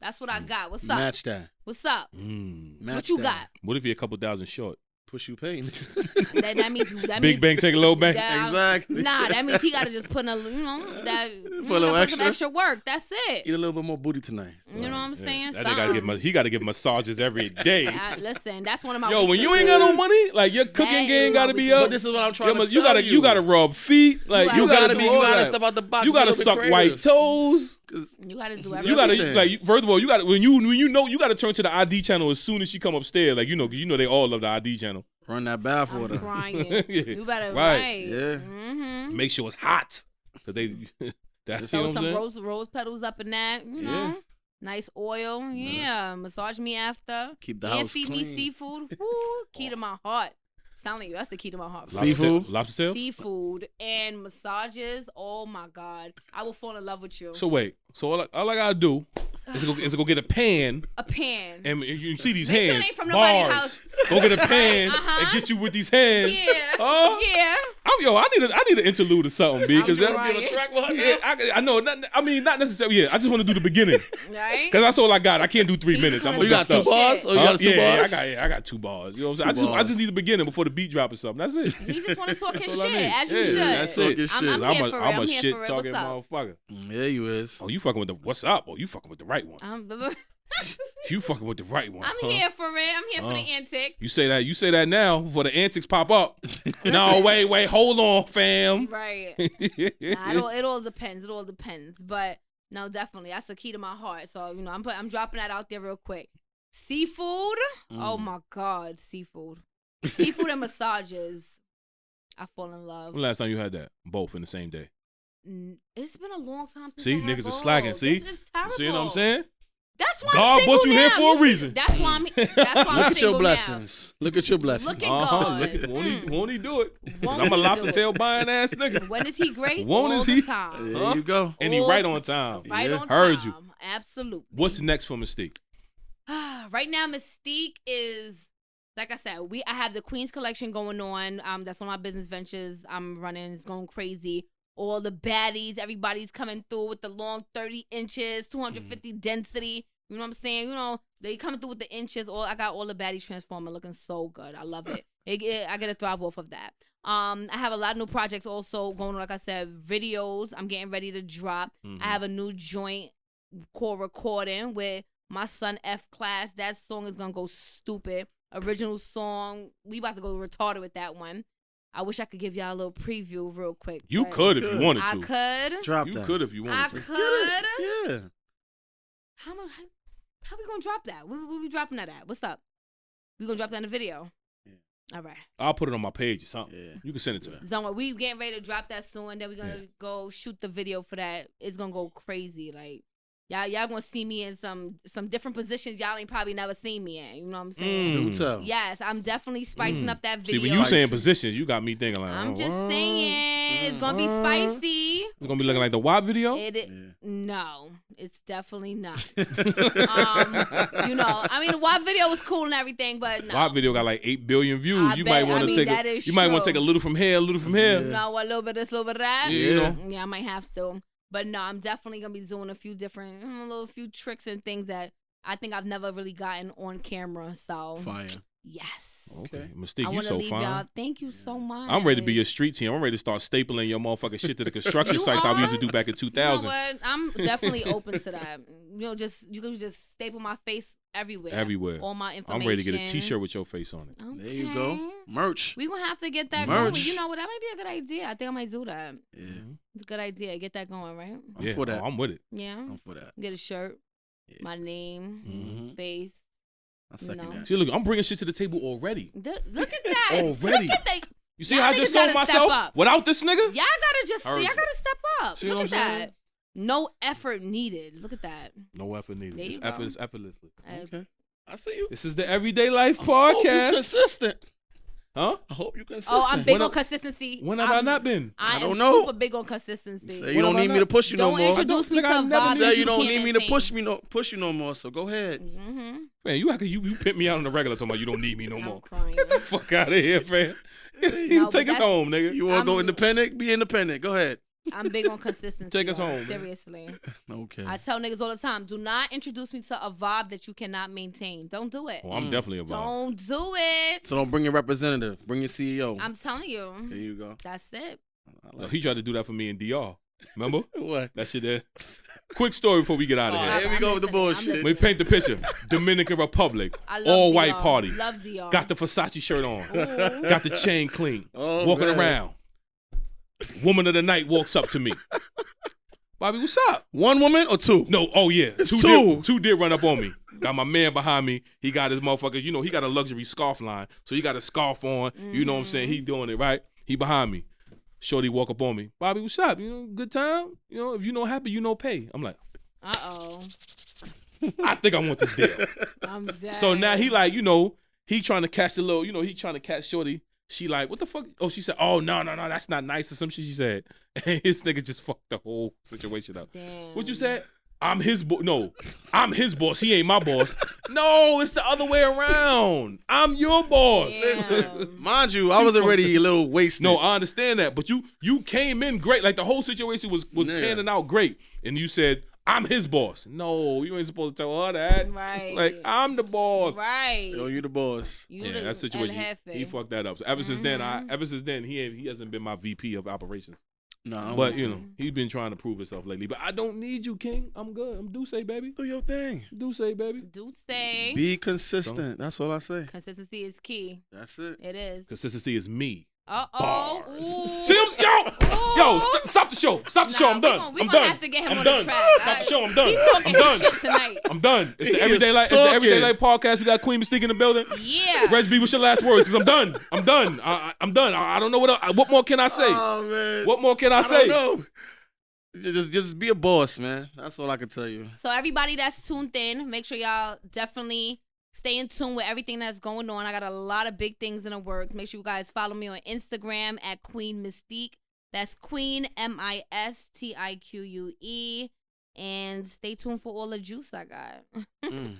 [SPEAKER 4] that's what I got. What's up?
[SPEAKER 2] Match that.
[SPEAKER 4] What's up?
[SPEAKER 3] Mm.
[SPEAKER 2] Match
[SPEAKER 4] what you
[SPEAKER 2] that.
[SPEAKER 4] got?
[SPEAKER 3] What if you're a couple thousand short?
[SPEAKER 2] Push you pain.
[SPEAKER 4] that, that means that
[SPEAKER 3] Big
[SPEAKER 4] means,
[SPEAKER 3] bank take a little bank.
[SPEAKER 4] that-
[SPEAKER 2] Exactly.
[SPEAKER 4] Nah, that means he gotta just put in a you know that
[SPEAKER 2] Put a
[SPEAKER 4] you
[SPEAKER 2] little
[SPEAKER 4] know, put some
[SPEAKER 2] extra.
[SPEAKER 4] extra work. That's it.
[SPEAKER 2] Eat a little bit more booty tonight.
[SPEAKER 4] You know what I'm saying?
[SPEAKER 3] That nigga gotta give
[SPEAKER 4] Something.
[SPEAKER 3] mas- he got to give massages every day.
[SPEAKER 4] I- listen, that's one of my.
[SPEAKER 3] Yo, when you ain't
[SPEAKER 4] weaknesses.
[SPEAKER 3] got no money, like your
[SPEAKER 4] That
[SPEAKER 3] cooking
[SPEAKER 4] is
[SPEAKER 3] game
[SPEAKER 4] my
[SPEAKER 3] got to be
[SPEAKER 4] weakness.
[SPEAKER 3] up.
[SPEAKER 2] But this is what I'm trying
[SPEAKER 3] Yo,
[SPEAKER 2] to
[SPEAKER 3] mas-
[SPEAKER 2] tell
[SPEAKER 3] you gotta you gotta rub feet. Like
[SPEAKER 4] Right.
[SPEAKER 3] you,
[SPEAKER 4] You
[SPEAKER 3] gotta,
[SPEAKER 2] gotta
[SPEAKER 3] do
[SPEAKER 2] be- you
[SPEAKER 3] all
[SPEAKER 2] gotta
[SPEAKER 3] that.
[SPEAKER 2] step out the box,
[SPEAKER 3] You
[SPEAKER 2] be a
[SPEAKER 3] gotta
[SPEAKER 2] little bit
[SPEAKER 3] suck
[SPEAKER 2] creative.
[SPEAKER 3] white toes.
[SPEAKER 2] 'Cause
[SPEAKER 4] You gotta do everything.
[SPEAKER 3] You gotta
[SPEAKER 2] Everything.
[SPEAKER 3] like you- first of all, you gotta when you when you know you gotta turn to the ID channel as soon as she come upstairs. Like you know, 'cause you know they all love the ID channel.
[SPEAKER 2] Run that bath
[SPEAKER 4] I'm
[SPEAKER 2] with her.
[SPEAKER 4] crying.
[SPEAKER 3] Yeah.
[SPEAKER 4] You better
[SPEAKER 3] Right.
[SPEAKER 4] right.
[SPEAKER 2] Yeah.
[SPEAKER 4] Mm-hmm.
[SPEAKER 3] Make sure it's hot, 'cause they. that's you know
[SPEAKER 4] Throw
[SPEAKER 3] what I'm
[SPEAKER 4] some
[SPEAKER 3] saying.
[SPEAKER 4] rose rose petals up in that. You know.
[SPEAKER 2] Yeah.
[SPEAKER 4] Nice oil. Yeah. Massage me after.
[SPEAKER 2] Keep the
[SPEAKER 4] and
[SPEAKER 2] house
[SPEAKER 4] feed me
[SPEAKER 2] clean.
[SPEAKER 4] seafood. Woo. Key to my heart. Sound like you. That's the key to my heart.
[SPEAKER 3] Lobster tail-
[SPEAKER 2] Seafood?
[SPEAKER 3] lobster tail.
[SPEAKER 4] Seafood and massages. Oh my God. I will fall in love with you.
[SPEAKER 3] So wait, so all I, all I gotta do is go, is go get a pan,
[SPEAKER 4] a pan.
[SPEAKER 3] and you can see these
[SPEAKER 4] Make sure it
[SPEAKER 3] hands,
[SPEAKER 4] ain't from
[SPEAKER 3] bars.
[SPEAKER 4] nobody's house.
[SPEAKER 3] Go get a pan
[SPEAKER 4] Uh-huh.
[SPEAKER 3] and get you with these hands.
[SPEAKER 4] yeah.
[SPEAKER 3] Oh,
[SPEAKER 4] Yeah.
[SPEAKER 3] I'm yo, I need a, I need an interlude or something, b, because that.
[SPEAKER 4] I'm dry.
[SPEAKER 2] Be on a track with her now?
[SPEAKER 3] Yeah, I, I know. Not, I mean, not necessarily. Yeah, I just want to do the beginning
[SPEAKER 4] Right.
[SPEAKER 3] because that's all I got. I can't do three
[SPEAKER 4] You
[SPEAKER 3] minutes.
[SPEAKER 4] just
[SPEAKER 3] I'm
[SPEAKER 2] Oh,
[SPEAKER 4] wanna
[SPEAKER 2] you
[SPEAKER 3] gonna
[SPEAKER 2] got two
[SPEAKER 4] Shit.
[SPEAKER 2] bars? Oh, you
[SPEAKER 3] Huh?
[SPEAKER 2] got us two
[SPEAKER 3] yeah,
[SPEAKER 2] bars?
[SPEAKER 3] Yeah, I got, yeah, I got two bars. You know what I'm saying? I
[SPEAKER 2] Two
[SPEAKER 3] just, I
[SPEAKER 2] bars.
[SPEAKER 3] just need the beginning before the beat drop or something. That's it.
[SPEAKER 4] He just want to talk his
[SPEAKER 3] all I
[SPEAKER 4] shit,
[SPEAKER 3] need.
[SPEAKER 4] as
[SPEAKER 3] Yeah,
[SPEAKER 4] you should.
[SPEAKER 3] that's
[SPEAKER 2] it. Talking
[SPEAKER 4] I'm,
[SPEAKER 3] I'm
[SPEAKER 2] shit.
[SPEAKER 4] I'm, here
[SPEAKER 3] a-
[SPEAKER 4] for it.
[SPEAKER 3] I'm
[SPEAKER 4] I'm,
[SPEAKER 3] a
[SPEAKER 4] here
[SPEAKER 3] shit
[SPEAKER 4] for it.
[SPEAKER 3] talking
[SPEAKER 4] What's up?
[SPEAKER 3] motherfucker.
[SPEAKER 2] Yeah, Mm, you is.
[SPEAKER 3] Oh, you fucking with the what's up? Oh, you fucking with the right one.
[SPEAKER 4] I'm,
[SPEAKER 3] You fucking with the right one.
[SPEAKER 4] I'm
[SPEAKER 3] huh?
[SPEAKER 4] here for it. I'm here for the
[SPEAKER 3] Uh.
[SPEAKER 4] antic.
[SPEAKER 3] You say that. You say that now before the antics pop up. no, wait, wait, hold on, fam.
[SPEAKER 4] Right. Nah, it, all, it all depends. It all depends. But no, definitely. That's the key to my heart. So, you know, I'm put, I'm dropping that out there real quick. Seafood.
[SPEAKER 3] Mm.
[SPEAKER 4] Oh my God. Seafood. Seafood and massages. I fall in love.
[SPEAKER 3] When last time you had that? Both in the same day.
[SPEAKER 4] N- It's been a long time since
[SPEAKER 3] See,
[SPEAKER 4] I had
[SPEAKER 3] niggas are
[SPEAKER 4] both.
[SPEAKER 3] slacking, see?
[SPEAKER 4] This is
[SPEAKER 3] You
[SPEAKER 4] terrible.
[SPEAKER 3] see what I'm saying?
[SPEAKER 4] That's why
[SPEAKER 3] God
[SPEAKER 4] I'm single
[SPEAKER 3] brought you here
[SPEAKER 4] now.
[SPEAKER 3] for a
[SPEAKER 4] see?
[SPEAKER 3] reason.
[SPEAKER 4] That's why I'm. That's why I'm
[SPEAKER 2] Look at
[SPEAKER 4] single
[SPEAKER 2] your
[SPEAKER 4] now.
[SPEAKER 2] blessings. Look at your blessings.
[SPEAKER 4] Look at God.
[SPEAKER 3] Look at, Uh-huh. won't, he,
[SPEAKER 4] Mm.
[SPEAKER 3] won't he do it? 'Cause
[SPEAKER 4] Won't
[SPEAKER 3] I'm a
[SPEAKER 4] he do
[SPEAKER 3] lobster
[SPEAKER 4] it?
[SPEAKER 3] tail buying ass nigga.
[SPEAKER 4] When is he great?
[SPEAKER 3] When
[SPEAKER 4] All
[SPEAKER 3] is
[SPEAKER 4] the
[SPEAKER 3] he-
[SPEAKER 4] time.
[SPEAKER 2] There you go.
[SPEAKER 3] And he
[SPEAKER 4] All-
[SPEAKER 3] right on time.
[SPEAKER 4] Right on
[SPEAKER 3] Heard
[SPEAKER 4] time.
[SPEAKER 3] you.
[SPEAKER 4] Absolutely.
[SPEAKER 3] What's next for Mystique?
[SPEAKER 4] right now, Mystique is like I said. We I have the Queens collection going on. Um, that's one of my business ventures. I'm running. It's going crazy. All the baddies, everybody's coming through with the long 30 inches,
[SPEAKER 3] Mm-hmm.
[SPEAKER 4] 250 density. You know what I'm saying? You know they coming through with the inches. All I got all the baddies transforming, looking so good. I love it. It- it- I get a thrive off of that. Um, I have a lot of new projects also going on. Like I said, videos. I'm getting ready to drop.
[SPEAKER 3] Mm-hmm.
[SPEAKER 4] I have a new joint core recording with my son F class. That song is gonna go stupid. Original song. We about to go retarded with that one. I wish I could give y'all a little preview real quick.
[SPEAKER 3] You
[SPEAKER 4] but
[SPEAKER 3] could if you
[SPEAKER 2] Good.
[SPEAKER 3] wanted
[SPEAKER 4] I
[SPEAKER 3] to.
[SPEAKER 4] could.
[SPEAKER 2] Drop
[SPEAKER 3] You
[SPEAKER 2] that.
[SPEAKER 3] could if you
[SPEAKER 4] I
[SPEAKER 3] wanted to.
[SPEAKER 4] could.
[SPEAKER 2] Yeah.
[SPEAKER 4] How am I- how, how we gonna drop that? Where, where we dropping that at? What's up? We gonna drop that in the video. All right.
[SPEAKER 3] I'll put it on my page or something.
[SPEAKER 2] Yeah.
[SPEAKER 3] You can send it to me.
[SPEAKER 4] Zoma, we getting ready to drop that soon, and then we're gonna go shoot the video for that. It's gonna go crazy. Like y'all, y'all gonna see me in some some different positions y'all ain't probably never seen me in. You know what I'm saying?
[SPEAKER 3] Hmm.
[SPEAKER 2] Do tell.
[SPEAKER 4] Yes, I'm definitely spicing
[SPEAKER 3] Mm.
[SPEAKER 4] up that
[SPEAKER 3] See,
[SPEAKER 4] video.
[SPEAKER 3] when you saying
[SPEAKER 2] Spicy.
[SPEAKER 3] positions, you got me thinking like,
[SPEAKER 4] I'm
[SPEAKER 3] oh,
[SPEAKER 4] just
[SPEAKER 3] what?
[SPEAKER 4] saying it's gonna be
[SPEAKER 3] What?
[SPEAKER 4] spicy.
[SPEAKER 3] It's gonna be looking like the WAP video.
[SPEAKER 4] It, it-
[SPEAKER 2] Yeah.
[SPEAKER 4] no, it's definitely not. um, you know, I mean, what video was cool and everything, but no,
[SPEAKER 3] WAP video got like eight billion views.
[SPEAKER 4] I
[SPEAKER 3] you
[SPEAKER 4] bet-
[SPEAKER 3] might want
[SPEAKER 4] I
[SPEAKER 3] to
[SPEAKER 4] mean,
[SPEAKER 3] take
[SPEAKER 4] that
[SPEAKER 3] a,
[SPEAKER 4] is
[SPEAKER 3] you might want to
[SPEAKER 4] true.
[SPEAKER 3] take a little from here, a little from here.
[SPEAKER 2] Yeah.
[SPEAKER 4] no, a little bit of this, a little bit of that.
[SPEAKER 3] Yeah, you know.
[SPEAKER 4] Yeah, I might have to. But no, I'm definitely gonna be doing a few different, mm, little few tricks and things that I think I've never really gotten on camera. So
[SPEAKER 2] Fire.
[SPEAKER 4] yes,
[SPEAKER 3] Okay,
[SPEAKER 2] Okay.
[SPEAKER 4] I
[SPEAKER 3] Mystique, you
[SPEAKER 4] want to
[SPEAKER 3] so
[SPEAKER 4] leave
[SPEAKER 3] fine.
[SPEAKER 4] y'all. Thank you so much.
[SPEAKER 3] I'm ready to be your street team. I'm ready to start stapling your motherfucking shit to the construction
[SPEAKER 4] You
[SPEAKER 3] sites I used to
[SPEAKER 4] are?
[SPEAKER 3] do back in
[SPEAKER 4] You know
[SPEAKER 3] 2000.
[SPEAKER 4] what? I'm definitely open to that. You know, just you can just staple my face everywhere.
[SPEAKER 3] Everywhere.
[SPEAKER 4] All my information.
[SPEAKER 3] I'm ready to get a T-shirt with your face on it.
[SPEAKER 4] Okay.
[SPEAKER 2] There you go. Merch.
[SPEAKER 4] We gonna have to get that going.
[SPEAKER 2] Merch.
[SPEAKER 4] You know what? That might be a good idea. I think I might do that.
[SPEAKER 2] Yeah.
[SPEAKER 4] It's a good idea. Get that going, right?
[SPEAKER 2] I'm
[SPEAKER 3] Mm-hmm. yeah,
[SPEAKER 2] for that.
[SPEAKER 3] oh, I'm with it.
[SPEAKER 4] Yeah.
[SPEAKER 2] I'm for that.
[SPEAKER 4] Get a shirt.
[SPEAKER 2] Yeah.
[SPEAKER 4] My name,
[SPEAKER 3] Mm-hmm.
[SPEAKER 2] Mhm.
[SPEAKER 4] face.
[SPEAKER 2] I second
[SPEAKER 4] No.
[SPEAKER 2] that.
[SPEAKER 3] See, look, I'm bringing shit to the table already.
[SPEAKER 4] Th- look at that.
[SPEAKER 3] Already.
[SPEAKER 4] Look at that.
[SPEAKER 3] You see
[SPEAKER 4] Y'all
[SPEAKER 3] how I
[SPEAKER 4] niggas
[SPEAKER 3] just sold
[SPEAKER 4] gotta step up.
[SPEAKER 3] myself without this
[SPEAKER 4] Y'all
[SPEAKER 3] nigga?
[SPEAKER 4] gotta just.
[SPEAKER 3] Heard
[SPEAKER 4] y'all
[SPEAKER 3] you.
[SPEAKER 4] gotta step up.
[SPEAKER 3] See
[SPEAKER 4] look
[SPEAKER 3] what
[SPEAKER 4] at
[SPEAKER 3] I'm
[SPEAKER 4] that.
[SPEAKER 3] saying?
[SPEAKER 4] No effort needed. Look at that.
[SPEAKER 3] No effort needed.
[SPEAKER 4] There
[SPEAKER 3] It's
[SPEAKER 4] you go.
[SPEAKER 3] effort. It's effortlessly.
[SPEAKER 4] Uh,
[SPEAKER 2] Okay. I see you.
[SPEAKER 3] This is the Everyday Life
[SPEAKER 4] Oh,
[SPEAKER 2] Hope you
[SPEAKER 3] podcast,
[SPEAKER 2] consistent.
[SPEAKER 3] huh?
[SPEAKER 2] I hope you consistent.
[SPEAKER 4] oh, I'm big
[SPEAKER 3] When
[SPEAKER 4] on
[SPEAKER 3] I-
[SPEAKER 4] consistency.
[SPEAKER 3] When have
[SPEAKER 4] I'm,
[SPEAKER 3] I not been?
[SPEAKER 4] I,
[SPEAKER 2] I
[SPEAKER 4] am
[SPEAKER 2] don't know.
[SPEAKER 4] super big on consistency.
[SPEAKER 2] You say you
[SPEAKER 3] What
[SPEAKER 2] don't
[SPEAKER 3] am I
[SPEAKER 2] need me
[SPEAKER 3] not-
[SPEAKER 2] to push you
[SPEAKER 4] don't
[SPEAKER 2] no more.
[SPEAKER 4] introduce me
[SPEAKER 3] I
[SPEAKER 4] to
[SPEAKER 3] don't- nigga, I never
[SPEAKER 4] Bob.
[SPEAKER 2] You
[SPEAKER 3] me
[SPEAKER 2] say
[SPEAKER 3] that
[SPEAKER 2] you don't need me to push me no push you no more. So go ahead.
[SPEAKER 4] Mm-hmm.
[SPEAKER 3] Man, you act like you, you pimp me out on the regular. Talking about you don't need me no
[SPEAKER 4] I'm
[SPEAKER 3] more.
[SPEAKER 4] crying.
[SPEAKER 3] Get the fuck out of here, fam. you
[SPEAKER 4] No, but
[SPEAKER 3] take us
[SPEAKER 4] that's-
[SPEAKER 3] home, nigga.
[SPEAKER 2] You want to
[SPEAKER 4] I'm-
[SPEAKER 2] go independent? Be independent. Go ahead.
[SPEAKER 4] I'm big on consistency.
[SPEAKER 3] Take us
[SPEAKER 4] y'all.
[SPEAKER 3] home, man.
[SPEAKER 4] Seriously.
[SPEAKER 2] Okay.
[SPEAKER 4] I tell niggas all the time, do not introduce me to a vibe that you cannot maintain. Don't do it.
[SPEAKER 3] Well, Oh, I'm definitely involved.
[SPEAKER 4] Mm. Don't do it.
[SPEAKER 2] So don't bring your representative. Bring your CEO.
[SPEAKER 4] I'm telling you.
[SPEAKER 2] there you go.
[SPEAKER 4] That's it.
[SPEAKER 2] I
[SPEAKER 3] Yo,
[SPEAKER 2] like
[SPEAKER 3] he tried to do that for me in DR. Remember
[SPEAKER 2] what?
[SPEAKER 3] that shit there? Quick story before we get out of
[SPEAKER 2] Oh,
[SPEAKER 3] here.
[SPEAKER 2] Here we
[SPEAKER 4] I'm
[SPEAKER 2] go with the
[SPEAKER 4] listening. I'm
[SPEAKER 2] bullshit.
[SPEAKER 4] listening.
[SPEAKER 3] Let me paint the picture. Dominican Republic,
[SPEAKER 4] I love
[SPEAKER 3] all
[SPEAKER 4] DR.
[SPEAKER 3] white party.
[SPEAKER 4] Love Oh, DR.
[SPEAKER 3] Got the Versace shirt on.
[SPEAKER 4] Ooh.
[SPEAKER 3] Got the chain clean.
[SPEAKER 2] Oh,
[SPEAKER 3] walking
[SPEAKER 2] man.
[SPEAKER 3] around. Woman of the night walks up to me. Bobby, what's up?
[SPEAKER 2] One woman or two?
[SPEAKER 3] No, oh yeah.
[SPEAKER 2] It's
[SPEAKER 3] Did,
[SPEAKER 2] two.
[SPEAKER 3] two did run up on me. Got my man behind me. He got his motherfuckers. You know, he got a luxury scarf line. So he got a scarf on. You know what I'm saying?
[SPEAKER 2] Mm-hmm.
[SPEAKER 3] He doing it, right? He behind me. Shorty walk up on me. Bobby, what's up? You know, good time? You know, if you know happy, you know pay. I'm like,
[SPEAKER 4] Uh oh.
[SPEAKER 3] I think I want this deal.
[SPEAKER 4] I'm dead.
[SPEAKER 3] So now he like, you know, he trying to catch the little, you know, he trying to catch Shorty. She like, what the fuck? Oh, she said, oh no, no, no, that's not nice or some shit. She said, and his nigga just fucked the whole situation up.
[SPEAKER 4] Damn.
[SPEAKER 3] What you said? I'm his boss. No, I'm his boss. He ain't my boss. No, it's the other way around. I'm your boss.
[SPEAKER 4] Damn.
[SPEAKER 2] Mind you, I was already a little wasted.
[SPEAKER 3] No, I understand that, but you you came in great. Like the whole situation was was
[SPEAKER 2] Nigga.
[SPEAKER 3] panning out great, and you said I'm his boss. No, you ain't supposed to tell her that.
[SPEAKER 4] Right.
[SPEAKER 3] Like I'm the boss.
[SPEAKER 4] right.
[SPEAKER 2] Yo, you the boss.
[SPEAKER 4] You
[SPEAKER 3] yeah,
[SPEAKER 4] the
[SPEAKER 3] that situation.
[SPEAKER 4] El
[SPEAKER 3] He, he
[SPEAKER 4] Jefe.
[SPEAKER 3] fucked that up. So ever since then,
[SPEAKER 4] Mm-hmm.
[SPEAKER 3] I ever since then he ain't, he hasn't been my VP of operations.
[SPEAKER 2] No, I don't want
[SPEAKER 3] But you know he's been trying to prove himself lately. But I don't need you, King. I'm good. I'm do say baby.
[SPEAKER 2] do your thing.
[SPEAKER 3] Do say baby.
[SPEAKER 4] Do say
[SPEAKER 2] Be consistent. That's all I say.
[SPEAKER 4] consistency is key.
[SPEAKER 2] That's it.
[SPEAKER 4] It is.
[SPEAKER 3] Consistency is me.
[SPEAKER 4] Uh
[SPEAKER 3] Bars.
[SPEAKER 4] oh.
[SPEAKER 3] See him? Yo, yo,
[SPEAKER 4] Ooh.
[SPEAKER 3] st- stop the show. Stop the
[SPEAKER 4] Nah,
[SPEAKER 3] show. I'm
[SPEAKER 4] we
[SPEAKER 3] done.
[SPEAKER 4] gon- we
[SPEAKER 3] I'm
[SPEAKER 4] gonna
[SPEAKER 3] done.
[SPEAKER 4] have to get him
[SPEAKER 3] I'm
[SPEAKER 4] on the
[SPEAKER 3] done.
[SPEAKER 4] track.
[SPEAKER 3] Stop the
[SPEAKER 4] Alright.
[SPEAKER 3] show. I'm done.
[SPEAKER 4] He
[SPEAKER 3] I'm
[SPEAKER 4] talking his
[SPEAKER 3] done.
[SPEAKER 4] shit tonight.
[SPEAKER 3] I'm done. It's
[SPEAKER 2] He
[SPEAKER 3] the
[SPEAKER 2] is
[SPEAKER 3] everyday life. It's the
[SPEAKER 2] talking.
[SPEAKER 3] everyday life podcast. We got Queen Mystique in the building.
[SPEAKER 4] Yeah.
[SPEAKER 3] Res B, what's your last words? Because I'm done. I'm done. I, I, I'm done. I, I don't know what else. What more can I say?
[SPEAKER 2] Oh man.
[SPEAKER 3] what more can I,
[SPEAKER 2] I
[SPEAKER 3] say?
[SPEAKER 2] don't know. Ju- Just, just be a boss, man. That's all I can tell you.
[SPEAKER 4] So everybody that's tuned in, make sure y'all definitely stay in tune with everything that's going on. I got a lot of big things in the works. Make sure you guys follow me on Instagram at Queen Mystique. That's Queen M I S T I Q U E. And stay tuned for all the juice I got.
[SPEAKER 2] Mm.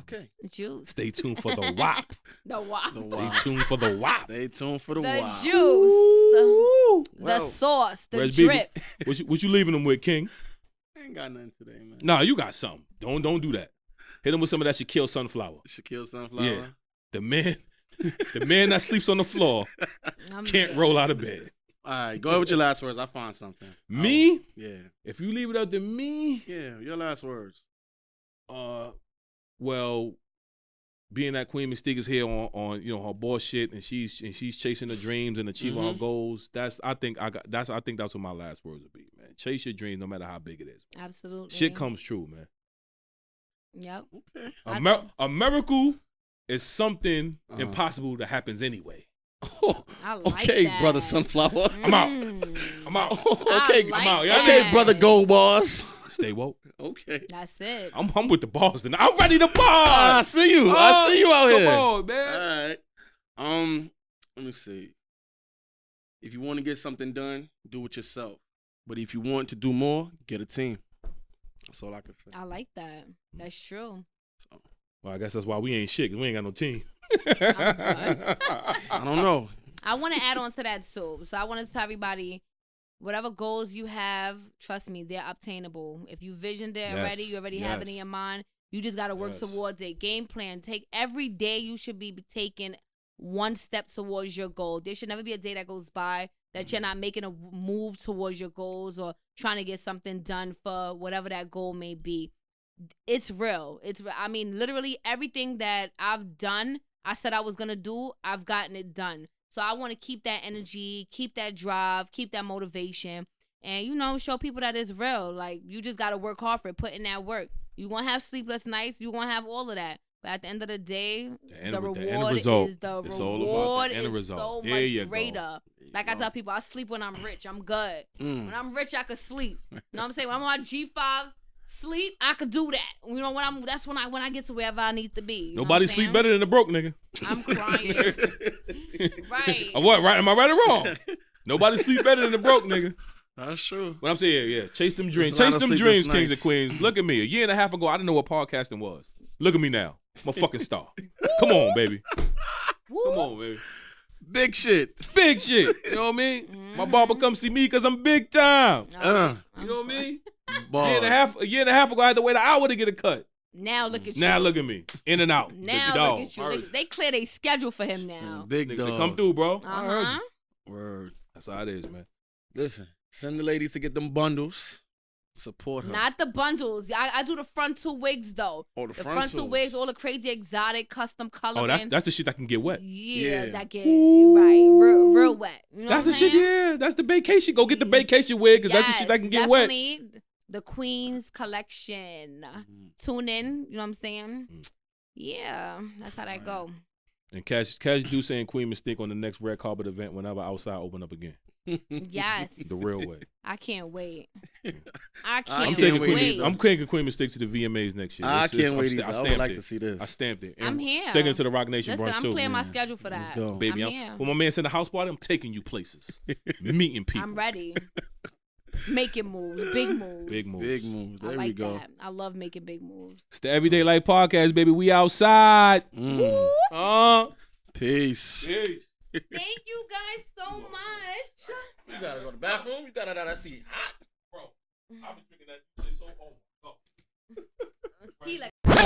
[SPEAKER 2] Okay.
[SPEAKER 4] Juice.
[SPEAKER 3] Stay tuned for the WAP.
[SPEAKER 4] The WAP.
[SPEAKER 2] The
[SPEAKER 4] The,
[SPEAKER 3] Stay
[SPEAKER 2] wow.
[SPEAKER 3] tuned for the WAP.
[SPEAKER 2] Stay tuned for the, wow.
[SPEAKER 4] juice. The
[SPEAKER 2] Well,
[SPEAKER 4] sauce. The
[SPEAKER 3] Res B,
[SPEAKER 4] drip.
[SPEAKER 3] What you, what you leaving them with, King?
[SPEAKER 2] I ain't got nothing today, man.
[SPEAKER 3] Nah, you got something. Don't don't do that. Hit him with some of that Shaquille Sunflower.
[SPEAKER 2] Shaquille Sunflower.
[SPEAKER 3] Yeah. The man, the man that sleeps on the floor
[SPEAKER 4] I'm
[SPEAKER 3] can't
[SPEAKER 4] good.
[SPEAKER 3] roll out of bed.
[SPEAKER 2] All right, go ahead with your last words. I find something.
[SPEAKER 3] Me,
[SPEAKER 2] Oh, yeah.
[SPEAKER 3] if you leave it up to me,
[SPEAKER 2] Yeah. Your last words.
[SPEAKER 3] uh, well, being that Queen Mystique is here on, on you know her bullshit and she's and she's chasing her dreams and achieving her
[SPEAKER 2] Mhm.
[SPEAKER 3] goals. That's I think I got. That's I think that's what my last words would be, man. Chase your dreams, no matter how big it is.
[SPEAKER 4] Absolutely.
[SPEAKER 3] Shit comes true, man.
[SPEAKER 4] Yep.
[SPEAKER 2] Okay.
[SPEAKER 3] A,
[SPEAKER 4] I
[SPEAKER 3] mir- a miracle is something
[SPEAKER 2] Uh-huh.
[SPEAKER 3] impossible that happens anyway.
[SPEAKER 4] I like
[SPEAKER 2] okay,
[SPEAKER 4] that.
[SPEAKER 2] brother Sunflower.
[SPEAKER 3] I'm out.
[SPEAKER 4] Mm,
[SPEAKER 3] I'm out.
[SPEAKER 2] okay,
[SPEAKER 4] I like
[SPEAKER 3] out. Y'all
[SPEAKER 4] that.
[SPEAKER 2] okay, brother Gold Bars.
[SPEAKER 3] Stay woke.
[SPEAKER 2] Okay.
[SPEAKER 4] That's it.
[SPEAKER 3] I'm, I'm with the boss. Then I'm ready to
[SPEAKER 2] Ah, I
[SPEAKER 3] boss.
[SPEAKER 2] see you. I see you out
[SPEAKER 3] come
[SPEAKER 2] here. Uh,
[SPEAKER 3] on, man.
[SPEAKER 2] All right. Um, let me see. If you want to get something done, do it yourself. But if you want to do more, get a team. That's all I can say.
[SPEAKER 4] I like that. That's true.
[SPEAKER 3] Well, I guess that's why we ain't shit. 'cause we ain't got no team.
[SPEAKER 2] I don't know.
[SPEAKER 4] I want to add on to that too. So I want to tell everybody, whatever goals you have, trust me, they're obtainable. If you visioned it already,
[SPEAKER 3] Yes,
[SPEAKER 4] you already have it in
[SPEAKER 3] yes.
[SPEAKER 4] your mind. You just gotta work
[SPEAKER 3] Yes.
[SPEAKER 4] towards it. Game plan. Take every day. You should be taking one step towards your goal. There should never be a day that goes by that
[SPEAKER 3] Mm-hmm.
[SPEAKER 4] you're not making a move towards your goals or trying to get something done for whatever that goal may be. It's real. It's re- I mean literally everything that I've done, I said I was going to do, I've gotten it done. So I want to keep that energy, keep that drive, keep that motivation and you know show people that it's real. Like you just got to work hard for it, put in that work. You're going to have sleepless nights, you're going to have all of that. But at the end of the day,
[SPEAKER 3] The
[SPEAKER 4] the,
[SPEAKER 3] end re- the end
[SPEAKER 4] reward
[SPEAKER 3] result.
[SPEAKER 4] is the
[SPEAKER 3] It's all about the
[SPEAKER 4] reward
[SPEAKER 3] end
[SPEAKER 4] is
[SPEAKER 3] result.
[SPEAKER 4] so
[SPEAKER 3] There you
[SPEAKER 4] much
[SPEAKER 3] go. Mm.
[SPEAKER 4] greater. Like I tell people, I sleep when I'm rich. I'm good. When I'm rich, I could sleep. You know what I'm saying? When I'm on G five sleep, I could do that. You know when I'm that's when I when I get to wherever I need to be. You know what
[SPEAKER 3] Nobody
[SPEAKER 4] I'm
[SPEAKER 3] sleep
[SPEAKER 4] saying?
[SPEAKER 3] better than a broke nigga.
[SPEAKER 4] I'm crying. right.
[SPEAKER 3] Uh, what? Right? Am I right or wrong? Nobody sleep better than a broke nigga.
[SPEAKER 2] That's true.
[SPEAKER 3] But I'm saying, yeah, yeah. Chase them dreams.
[SPEAKER 2] a lot
[SPEAKER 3] Chase
[SPEAKER 2] of
[SPEAKER 3] them
[SPEAKER 2] sleepless
[SPEAKER 3] dreams, kings and
[SPEAKER 2] nights.
[SPEAKER 3] queens. Look at me. A year and a half ago, I didn't know what podcasting was. Look at me now. I'm a fucking star. Come on, baby. Come on, baby.
[SPEAKER 2] Big shit.
[SPEAKER 3] Big shit. You know what I mean? My
[SPEAKER 4] Mm-hmm.
[SPEAKER 3] barber come see me because I'm big time.
[SPEAKER 2] Uh,
[SPEAKER 3] You know what I mean?
[SPEAKER 2] bars.
[SPEAKER 3] year and a half a year and a half ago I had to wait an hour to get a cut.
[SPEAKER 4] Now look at you.
[SPEAKER 3] Mm. Now look at me. In and out.
[SPEAKER 4] Now
[SPEAKER 3] Dog.
[SPEAKER 4] look at you.
[SPEAKER 3] I heard
[SPEAKER 4] They, they clear their schedule for him now.
[SPEAKER 2] Big
[SPEAKER 3] Nigga
[SPEAKER 2] dog.
[SPEAKER 3] said, come through, bro. I heard
[SPEAKER 4] Uh huh.
[SPEAKER 3] you.
[SPEAKER 2] Word.
[SPEAKER 3] That's how it is, man.
[SPEAKER 2] Listen, send the ladies to get them bundles. Support her.
[SPEAKER 4] Not the bundles. I, I do the frontal wigs though.
[SPEAKER 2] Oh, the
[SPEAKER 4] the frontal,
[SPEAKER 2] frontals.
[SPEAKER 4] wigs, all the crazy exotic custom coloring.
[SPEAKER 3] Oh, that's that's the shit that can get wet.
[SPEAKER 4] yeah,
[SPEAKER 2] Yeah.
[SPEAKER 4] that get you right, real, real wet. You know
[SPEAKER 3] That's the
[SPEAKER 4] what I'm
[SPEAKER 3] shit,
[SPEAKER 4] saying?
[SPEAKER 3] yeah. That's the vacation. Go get the vacation wig, because that's the shit that can get wet.
[SPEAKER 4] definitely The Queen's collection. Tune in, you know what I'm saying? Yeah, that's how that go.
[SPEAKER 3] And Cash Cash Deuce and Queen Mystique on the next Red Carpet event whenever outside open up again.
[SPEAKER 4] Yes.
[SPEAKER 3] The real way.
[SPEAKER 4] I can't wait. I can't,
[SPEAKER 2] I'm
[SPEAKER 3] I'm
[SPEAKER 2] taking
[SPEAKER 3] taking
[SPEAKER 4] wait.
[SPEAKER 3] Queen Mystique. I'm taking Queen Mystique to the VMAs next year.
[SPEAKER 2] I
[SPEAKER 3] It's- it's-
[SPEAKER 2] can't
[SPEAKER 3] I'm
[SPEAKER 2] wait
[SPEAKER 3] sta-
[SPEAKER 2] either. I would
[SPEAKER 3] stamped
[SPEAKER 2] like
[SPEAKER 3] it.
[SPEAKER 2] to see this.
[SPEAKER 3] I stamped it.
[SPEAKER 4] I'm here.
[SPEAKER 3] Taking it to the Rock Nation
[SPEAKER 4] Listen,
[SPEAKER 3] brunch
[SPEAKER 4] I'm
[SPEAKER 3] too.
[SPEAKER 4] clearing my schedule for that.
[SPEAKER 2] Let's go.
[SPEAKER 3] Baby,
[SPEAKER 4] I'm,
[SPEAKER 3] I'm,
[SPEAKER 4] here.
[SPEAKER 3] when my man said the house party, I'm taking you places, meeting people.
[SPEAKER 4] I'm ready. Making moves, big moves.
[SPEAKER 3] Big moves.
[SPEAKER 2] Big moves. There
[SPEAKER 4] I
[SPEAKER 2] we
[SPEAKER 4] like
[SPEAKER 2] go.
[SPEAKER 4] that. I love making big moves.
[SPEAKER 3] It's the Everyday Life Podcast, baby. We outside.
[SPEAKER 2] Mm.
[SPEAKER 3] Uh,
[SPEAKER 2] Peace.
[SPEAKER 4] Thank you guys so much.
[SPEAKER 2] You gotta go to the bathroom. You gotta that I see hot.
[SPEAKER 4] He like